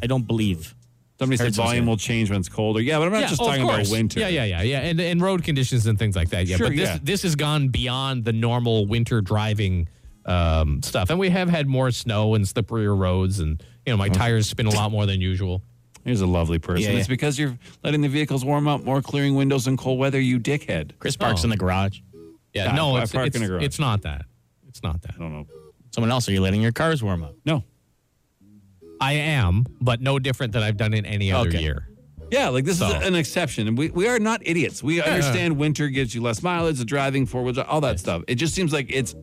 S4: I don't believe.
S2: Somebody
S4: Heard
S2: said
S4: some
S2: volume
S4: saying.
S2: will change when it's colder. Yeah, but I'm not
S3: Yeah,
S2: just
S3: oh, of
S2: talking about
S3: course.
S2: winter.
S3: Yeah, yeah, yeah, yeah, and and road conditions and things like that. Yeah,
S2: Sure,
S3: but this
S2: yeah.
S3: this has gone beyond the normal winter driving um, stuff, and we have had more snow and slipperier roads, and you know my
S2: Mm-hmm.
S3: tires spin a lot more than usual.
S2: Here's a lovely person.
S3: Yeah,
S2: It's
S3: yeah.
S2: because you're letting the vehicles warm up more, clearing windows in cold weather. You dickhead.
S4: Chris parks in the garage.
S3: Yeah,
S2: God,
S3: no,
S2: I
S3: it's,
S2: park
S3: it's,
S2: in a garage.
S3: it's not that. It's not that.
S2: I don't know.
S4: Someone else, are you letting your cars warm up?
S2: No.
S3: I am, but no different than I've done in any other
S2: Okay.
S3: year.
S2: Yeah, like this
S3: So-
S2: is an exception, and we, we are not idiots. We understand winter gives you less mileage, the driving four wheel drive, all that stuff. It just seems like it's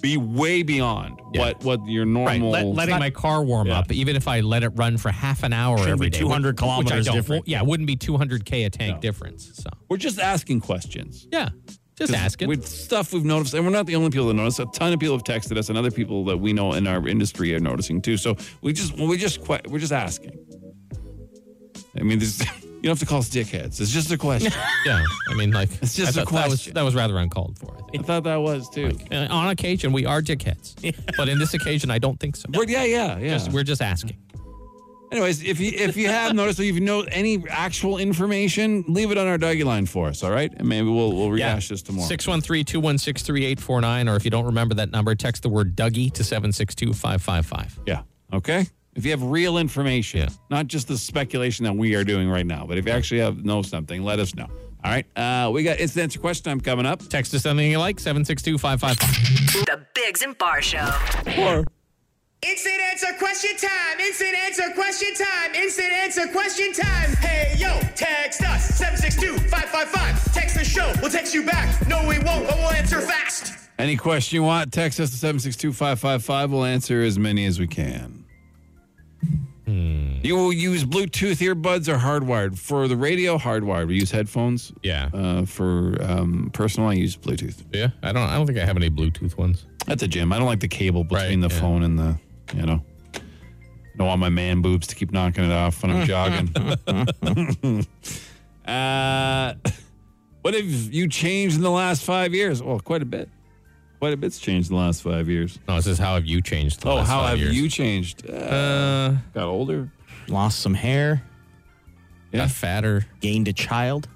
S2: be way beyond what what your
S3: Right,
S2: normal.
S3: let, letting my car warm up, even if I let it run for half an hour
S4: Shouldn't be
S3: every day,
S4: 200
S3: which- which I
S4: kilometers
S3: don't.
S4: different.
S3: Yeah, it wouldn't be 200k a tank difference. So
S2: We're just asking questions.
S3: yeah, just
S2: 'Cause
S3: ask it.
S2: With stuff we've noticed, and we're not the only people that notice. A ton of people have texted us, and other people that we know in our industry are noticing too. So we just we just que- we're just asking. I mean, this, you don't have to call us dickheads. It's just a question.
S3: Yeah, I mean, like
S2: It's just
S3: I
S2: a
S3: thought That was,
S2: question.
S3: that was rather uncalled for. I think.
S2: I thought that was too.
S3: Uh, on occasion, we are dickheads, but in this occasion, I don't think so.
S2: We're- yeah, yeah, yeah.
S3: Just- we're just asking.
S2: Anyways, if you if you have noticed or you know any actual information, leave it on our Dougie line for us, all right? And maybe we'll we'll rehash this tomorrow.
S3: 613 216 3849. Or if you don't remember that number, text the word Dougie to 762 555.
S2: Yeah. Okay? If you have real information, not just the speculation that we are doing right now, but if you actually have know something, let us know. All right. Uh, we got it's the answer question time coming up.
S3: Text us something you like, 762 555.
S6: The Bigs and Bar Show.
S7: Instant answer question time. Instant answer question time. Instant answer question time. Hey yo, text us 762-555. Text the show. We'll text you back. No, we won't, but we'll answer fast.
S2: Any question you want, text us to 762-555. We'll answer as many as we can. You will use Bluetooth earbuds or hardwired. For the radio, hardwired. We use headphones.
S3: Yeah.
S2: Uh, for um, personal, I use Bluetooth.
S3: Yeah. I don't I don't think I have any Bluetooth ones.
S2: At the gym, I don't like the cable between the
S3: yeah.
S2: phone and the, you know. I don't want my man boobs to keep knocking it off when I'm jogging. uh, what have you changed in the last five years? Well, quite a bit. Quite a bit's changed in the last five years.
S3: No, this is how have you changed? the
S2: Oh,
S3: last
S2: how
S3: five
S2: have
S3: years?
S2: you changed? Uh,
S3: Uh,
S2: got older.
S4: Lost some hair.
S2: Yeah.
S3: Got fatter.
S4: Gained a child.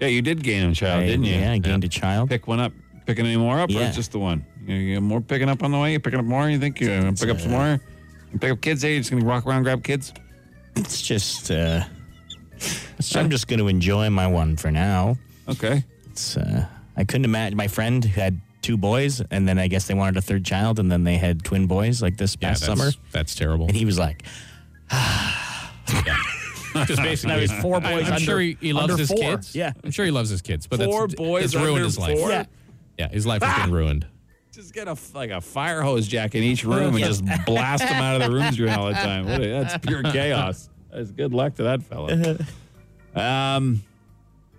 S2: Yeah, you did gain a child,
S4: I-
S2: Oh, didn't you?
S4: Yeah, I gained a child.
S2: Pick one up. Picking any more up, or
S4: Yeah.
S2: it's just the one? You you got more picking up on the way. You picking up more? You think you pick up some more? You pick up kids? Hey, you just gonna walk around, and grab kids?
S4: It's just. uh it's- I'm just going to enjoy my one for now.
S2: Okay.
S4: It's. uh I couldn't imagine. My friend had two boys, and then I guess they wanted a third child, and then they had twin boys like this
S3: Yeah,
S4: past
S3: that's,
S4: summer.
S3: That's terrible.
S4: And he was like,
S3: Just basically,
S4: Now he's four
S3: I-
S4: boys
S3: I'm sure
S4: under-
S3: he, he loves
S4: under
S3: his
S4: four.
S3: kids.
S4: Yeah.
S3: I'm sure he loves his kids. But
S2: Four
S3: that's,
S2: boys
S3: it's ruined
S2: under
S3: his life.
S2: four?
S3: Yeah. yeah, his life has
S2: Ah!
S3: been ruined.
S2: Just get a like a fire hose jack in each room and just blast them out of the rooms you're in all the time. What a- that's pure chaos. That's good luck to that fella. Um,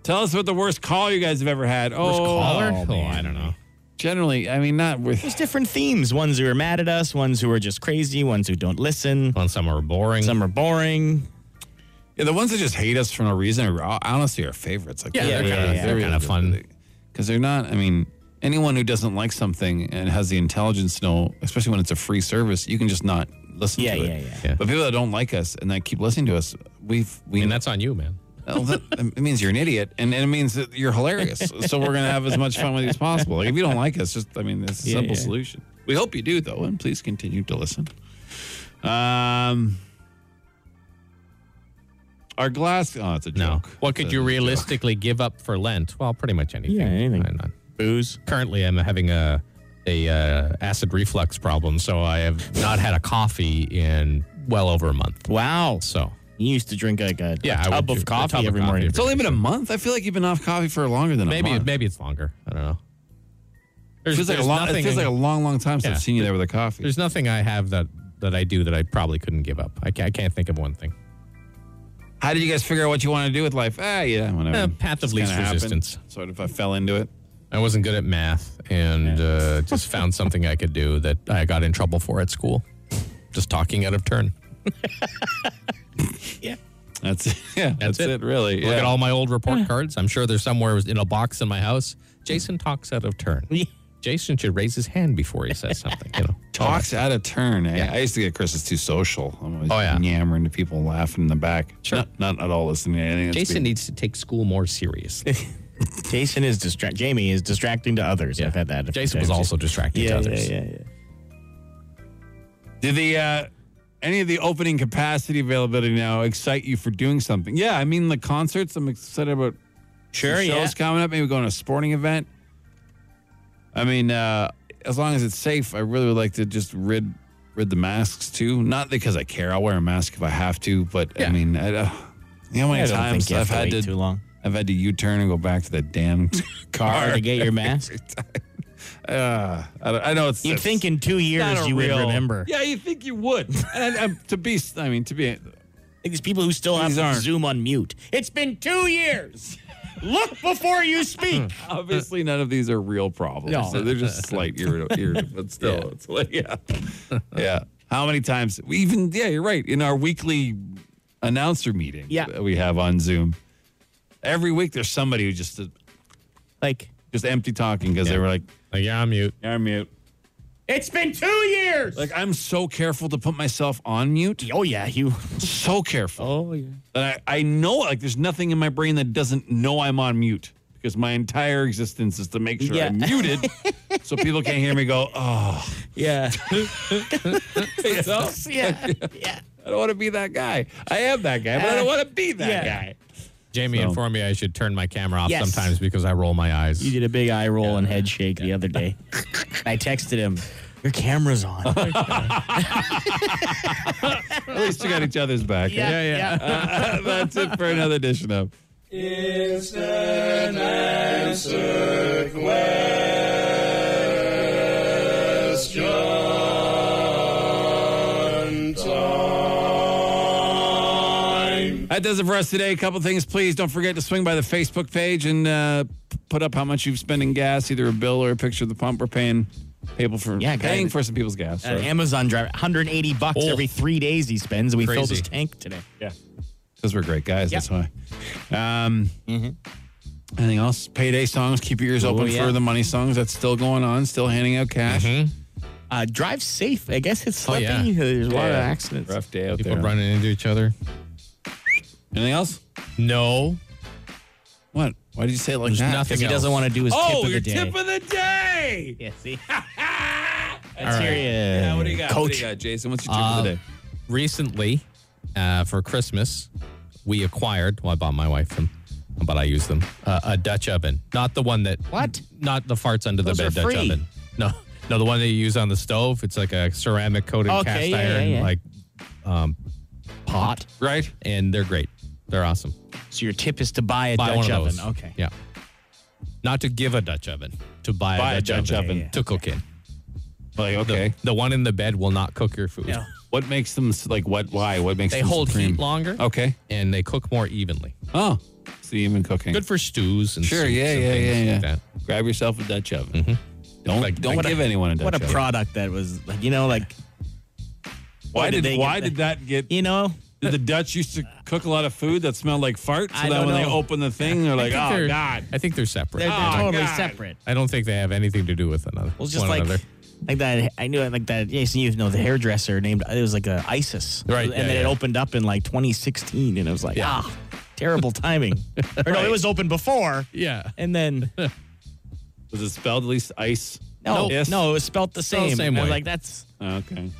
S18: Tell us what the worst call you guys have ever had.
S4: Worst
S18: oh,
S4: caller?
S18: oh,
S4: Oh,
S18: man.
S4: I don't know.
S18: Generally, I mean, not with.
S4: There's different themes. Ones who are mad at us, ones who are just crazy, ones who don't listen.
S3: some are boring.
S4: Some are boring.
S2: Yeah, the ones that just hate us for no reason are hon- honestly our favorites. Like
S3: Yeah,
S2: they're,
S3: yeah,
S2: kind of,
S3: yeah, they're kinda fun
S2: because they're not. I mean, anyone who doesn't like something and has the intelligence to know, especially when it's a free service, you can just not listen
S4: Yeah,
S2: to
S4: yeah,
S2: it.
S4: yeah.
S2: But people that don't like us and that keep listening to us, we've we
S3: and that's on you, man.
S2: well, that, it means you're an idiot, and, and it means that you're hilarious. so we're gonna have as much fun with you as possible. Like, if you don't like us, just I mean, it's a
S4: Yeah,
S2: simple
S4: yeah.
S2: solution. We hope you do though, and please continue to listen. Um, our glass. Oh, it's a
S3: No.
S2: joke.
S3: What could
S2: It's
S3: you
S2: a
S3: realistically give up for Lent? Well, pretty much anything.
S4: Yeah, anything.
S3: Why not? Booze. Currently, I'm having a a uh, acid reflux problem, so I have not had a coffee in well over a month.
S4: Wow.
S3: So
S4: You used to drink like a
S3: Yeah, I
S4: tub
S3: would
S4: of
S3: drink a
S4: coffee
S3: tub of
S4: every
S3: coffee
S4: morning.
S2: It's only been a month. I feel like you've been off coffee for longer than
S3: maybe
S2: a month.
S3: maybe it's longer. I don't know.
S2: it feels like a long. It feels like a long, long time since
S3: Yeah.
S2: I've seen you there with a coffee.
S3: There's nothing I have that that I do that I probably couldn't give up. I can't, I can't think of one thing.
S2: How did you guys figure out what you want to do with life? Ah, yeah, whatever.
S3: Uh, path of
S2: Just
S3: least
S2: kinda happened.
S3: resistance.
S2: Sort of. I fell into it.
S3: I wasn't good at math and uh, just found something I could do that I got in trouble for at school. Just talking out of turn.
S2: That's yeah. That's, it. Really.
S3: Look
S2: yeah.
S3: at all my old report cards. I'm sure there's somewhere in a box in my house. Jason talks out of turn. Jason should raise his hand before he says something. You know,
S2: Talks out of turn. Eh? I used to get Chris is too social. I'm always
S3: Oh, yeah.
S2: yammering to people, and laughing in the back.
S3: Sure.
S2: Not, not at all listening to anything. that's
S3: Jason
S2: being-
S3: needs to take school more seriously.
S4: Jason is distract. Jamie is distracting to others. I've had that. a few
S3: Jason was
S4: times.
S3: also distracting
S4: yeah,
S3: to others.
S4: Yeah, yeah, yeah.
S2: Did the uh, any of the opening capacity availability now excite you for doing something? Yeah, I mean the concerts. I'm excited about
S4: Sure,
S2: some shows
S4: yeah.
S2: coming up. Maybe going to a sporting event. I mean, uh, as long as it's safe, I really would like to just rid rid the masks too. Not because I care. I'll wear a mask if I have to. But I mean, I, uh, you know how
S4: I
S2: many
S4: don't
S2: times
S4: think you
S2: I've
S4: have to
S2: had
S4: wait
S2: to
S4: too long.
S2: I've had to U-turn and go back to that damn car
S4: Hard to get your mask.
S2: Uh, I, don't- I know it's.
S4: You'd
S2: it's
S4: think in two
S2: not
S4: years
S2: a
S4: you would
S2: real-
S4: remember.
S2: Yeah, you think you would. and, and to be, I mean, to be,
S4: These people who still have
S2: These
S4: to
S2: aren't-
S4: Zoom on mute. It's been two years. Look before you speak.
S2: obviously, none of these are real problems.
S4: No.
S2: So they're just slight irrit- irrit- but still, it's like, yeah, yeah. How many times? We even, yeah, you're right. In our weekly announcer meeting,
S4: Yeah.
S2: that we have on Zoom every week. There's somebody who just uh,
S4: Like
S2: just empty talking because they were like,
S3: Like, yeah, I'm mute.
S2: "Yeah, I'm mute."
S4: it's been two years.
S2: Like I'm so careful to put myself on mute.
S4: oh yeah, you.
S2: So careful.
S4: Oh yeah.
S2: that I, I know like there's nothing in my brain that doesn't know I'm on mute because my entire existence is to make sure
S4: Yeah.
S2: I'm muted so people can't hear me go, oh,
S4: Yeah.
S2: you know?
S4: yeah. Yeah.
S2: I don't want to be that guy. I am that guy, but I don't want to be that
S4: Yeah.
S2: guy.
S3: Jamie
S2: So-
S3: informed me I should turn my camera off
S4: Yes.
S3: sometimes because I roll my eyes.
S4: You did a big eye roll and head shake the other day. I texted him, "Your camera's on."
S2: At least you got each other's back.
S4: Yeah, yeah.
S2: Uh, that's it for another edition of. That does it for us today. A couple things, please. Don't forget to swing by the Facebook page and uh, p- put up how much you've spent in gas, either a bill or a picture of the pump. We're paying people for
S4: Yeah, guy,
S2: paying
S4: that- Uh,
S2: for some people's gas.
S4: An
S2: Because
S4: Amazon driver, 180 bucks
S3: Oh.
S4: every three days he spends, and we filled
S3: Crazy.
S4: his tank today.
S2: we're great guys.
S4: Yeah.
S2: That's why. Um, Anything else? Payday songs. Keep your ears
S4: Oh,
S2: open
S4: yeah.
S2: for the money songs. That's still going on. Still handing out cash.
S3: Mm-hmm.
S4: Uh, drive safe. I guess it's
S3: Oh,
S4: slippy.
S3: yeah.
S4: There's a lot of
S2: Yeah.
S4: accidents.
S2: Rough day out
S3: People
S2: there.
S3: running into each other.
S2: Anything else?
S3: No,
S2: What? Why did you say it like
S3: there's
S2: that?
S3: nothing.
S4: Because he doesn't want to do his
S18: Oh,
S4: tip of
S18: your
S4: the day.
S18: tip of the day.
S4: yeah, see?
S3: All
S4: Let's hear
S3: right.
S4: you. Uh,
S18: Yeah, what do you got? What do
S4: Coach.
S18: you got, Jason? What's your tip
S3: Uh,
S18: of the day?
S3: recently uh, for Christmas, we acquired. Well, I bought my wife them, but I use them. Uh, a Dutch oven, not the one that
S4: What?
S3: not the farts under
S4: Those
S3: the
S4: are
S3: bed Dutch
S4: free.
S3: oven. No, no, the one that you use on the stove. It's like a ceramic coated
S4: Okay,
S3: cast
S4: yeah, yeah,
S3: iron
S4: yeah.
S3: like um, pot,
S2: Right?
S3: and they're great. They're awesome.
S4: So your tip is to buy a
S3: buy
S4: Dutch
S3: one of
S4: oven.
S3: those.
S4: Okay.
S3: Yeah. Not to give a Dutch oven, to buy,
S2: Buy
S3: a Dutch, oven,
S4: yeah, yeah.
S3: to cook in.
S2: Like
S3: The,
S2: okay.
S3: the one in the bed will not cook your food.
S4: Yeah.
S2: What makes them s- like what? Why? What makes
S3: They
S2: them
S3: hold
S2: supreme? Oh.
S3: heat longer
S2: Okay.
S3: and they cook more evenly.
S2: Oh, See him in cooking.
S3: Good for stews and
S2: Sure,
S3: soups
S2: yeah,
S3: and
S2: yeah,
S3: things
S2: yeah, yeah.
S3: like that.
S2: Grab yourself a Dutch oven. Don't don't give anyone a Dutch
S4: What a
S2: oven.
S4: product that was. Like, you know, like
S2: Why
S4: Why did
S2: did,
S4: they
S2: why
S4: get
S2: did that get
S4: you know?
S2: Did the Dutch used to cook a lot of food that smelled like fart? So
S4: I
S2: that
S4: don't
S2: when they
S4: know.
S2: open the thing, they're
S3: I
S2: like,
S3: think
S2: oh
S3: they're-
S2: god.
S3: I think they're separate.
S4: they're, they're
S2: Oh,
S4: totally
S2: God.
S4: separate.
S3: I don't think they have anything to do with another.
S4: Well, it's just
S3: one
S4: like
S3: another.
S4: like that. I knew it like that. Yes, you know the hairdresser named it was like a ISIS,
S3: Right,
S4: And
S3: yeah,
S4: then it
S3: yeah.
S4: opened up in like 2016, and it was like ah, terrible timing. or no, it was open before.
S3: Yeah.
S4: and then no,
S2: Was it spelled at least ice?
S4: no,
S2: Yes.
S4: it was spelt the
S2: Spelled
S4: same.
S2: the same
S4: and I was
S2: way.
S4: like that's
S2: Uh, Okay.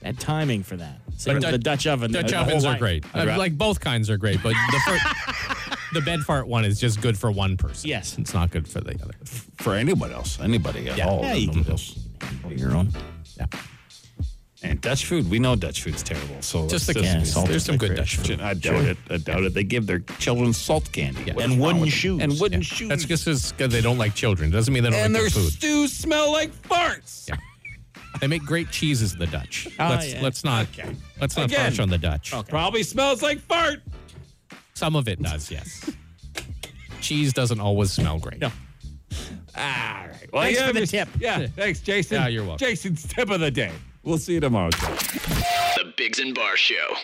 S4: that timing for that. Same with
S3: Dutch-
S4: the Dutch oven.
S3: Dutch
S4: Uh,
S3: ovens are
S4: Hawaii.
S3: great.
S4: I'd
S3: Uh,
S4: ra-
S3: like both kinds are great, but the fir- the bed fart one is just good for one person.
S4: Yes.
S3: it's not good for the other.
S2: For anyone else. Anybody at
S3: Yeah.
S2: all.
S3: Yeah,
S2: no
S3: you
S2: one else.
S4: your own.
S2: And Dutch food, we know Dutch food's terrible. So
S3: Just
S2: let's
S3: the cans.
S2: salt
S3: There's
S2: it
S3: some
S2: like
S3: good
S2: crazy.
S3: Dutch food.
S2: I doubt it. I doubt it. They give their children salt candy What is
S4: and
S2: wrong
S4: wooden
S2: with them?
S4: shoes.
S2: and wooden
S3: Yeah.
S2: shoes.
S3: That's just because they don't like children. Doesn't mean they don't
S2: and
S3: like
S2: their
S3: their food.
S2: stews smell like farts.
S3: They make great cheeses. The Dutch.
S4: Oh,
S3: let's
S4: yeah.
S3: let's not let's not
S2: Again.
S3: crash on the Dutch.
S2: Probably smells like fart.
S3: Some of it does, yes. Cheese doesn't always smell great. No.
S2: All right. Well,
S4: Thanks
S2: yeah,
S4: for the
S2: just-
S4: tip.
S2: Yeah. Thanks, Jason.
S3: Yeah, you're welcome.
S2: Jason's tip of the day. We'll see you tomorrow. Jason.
S1: The Biggs and Bar Show.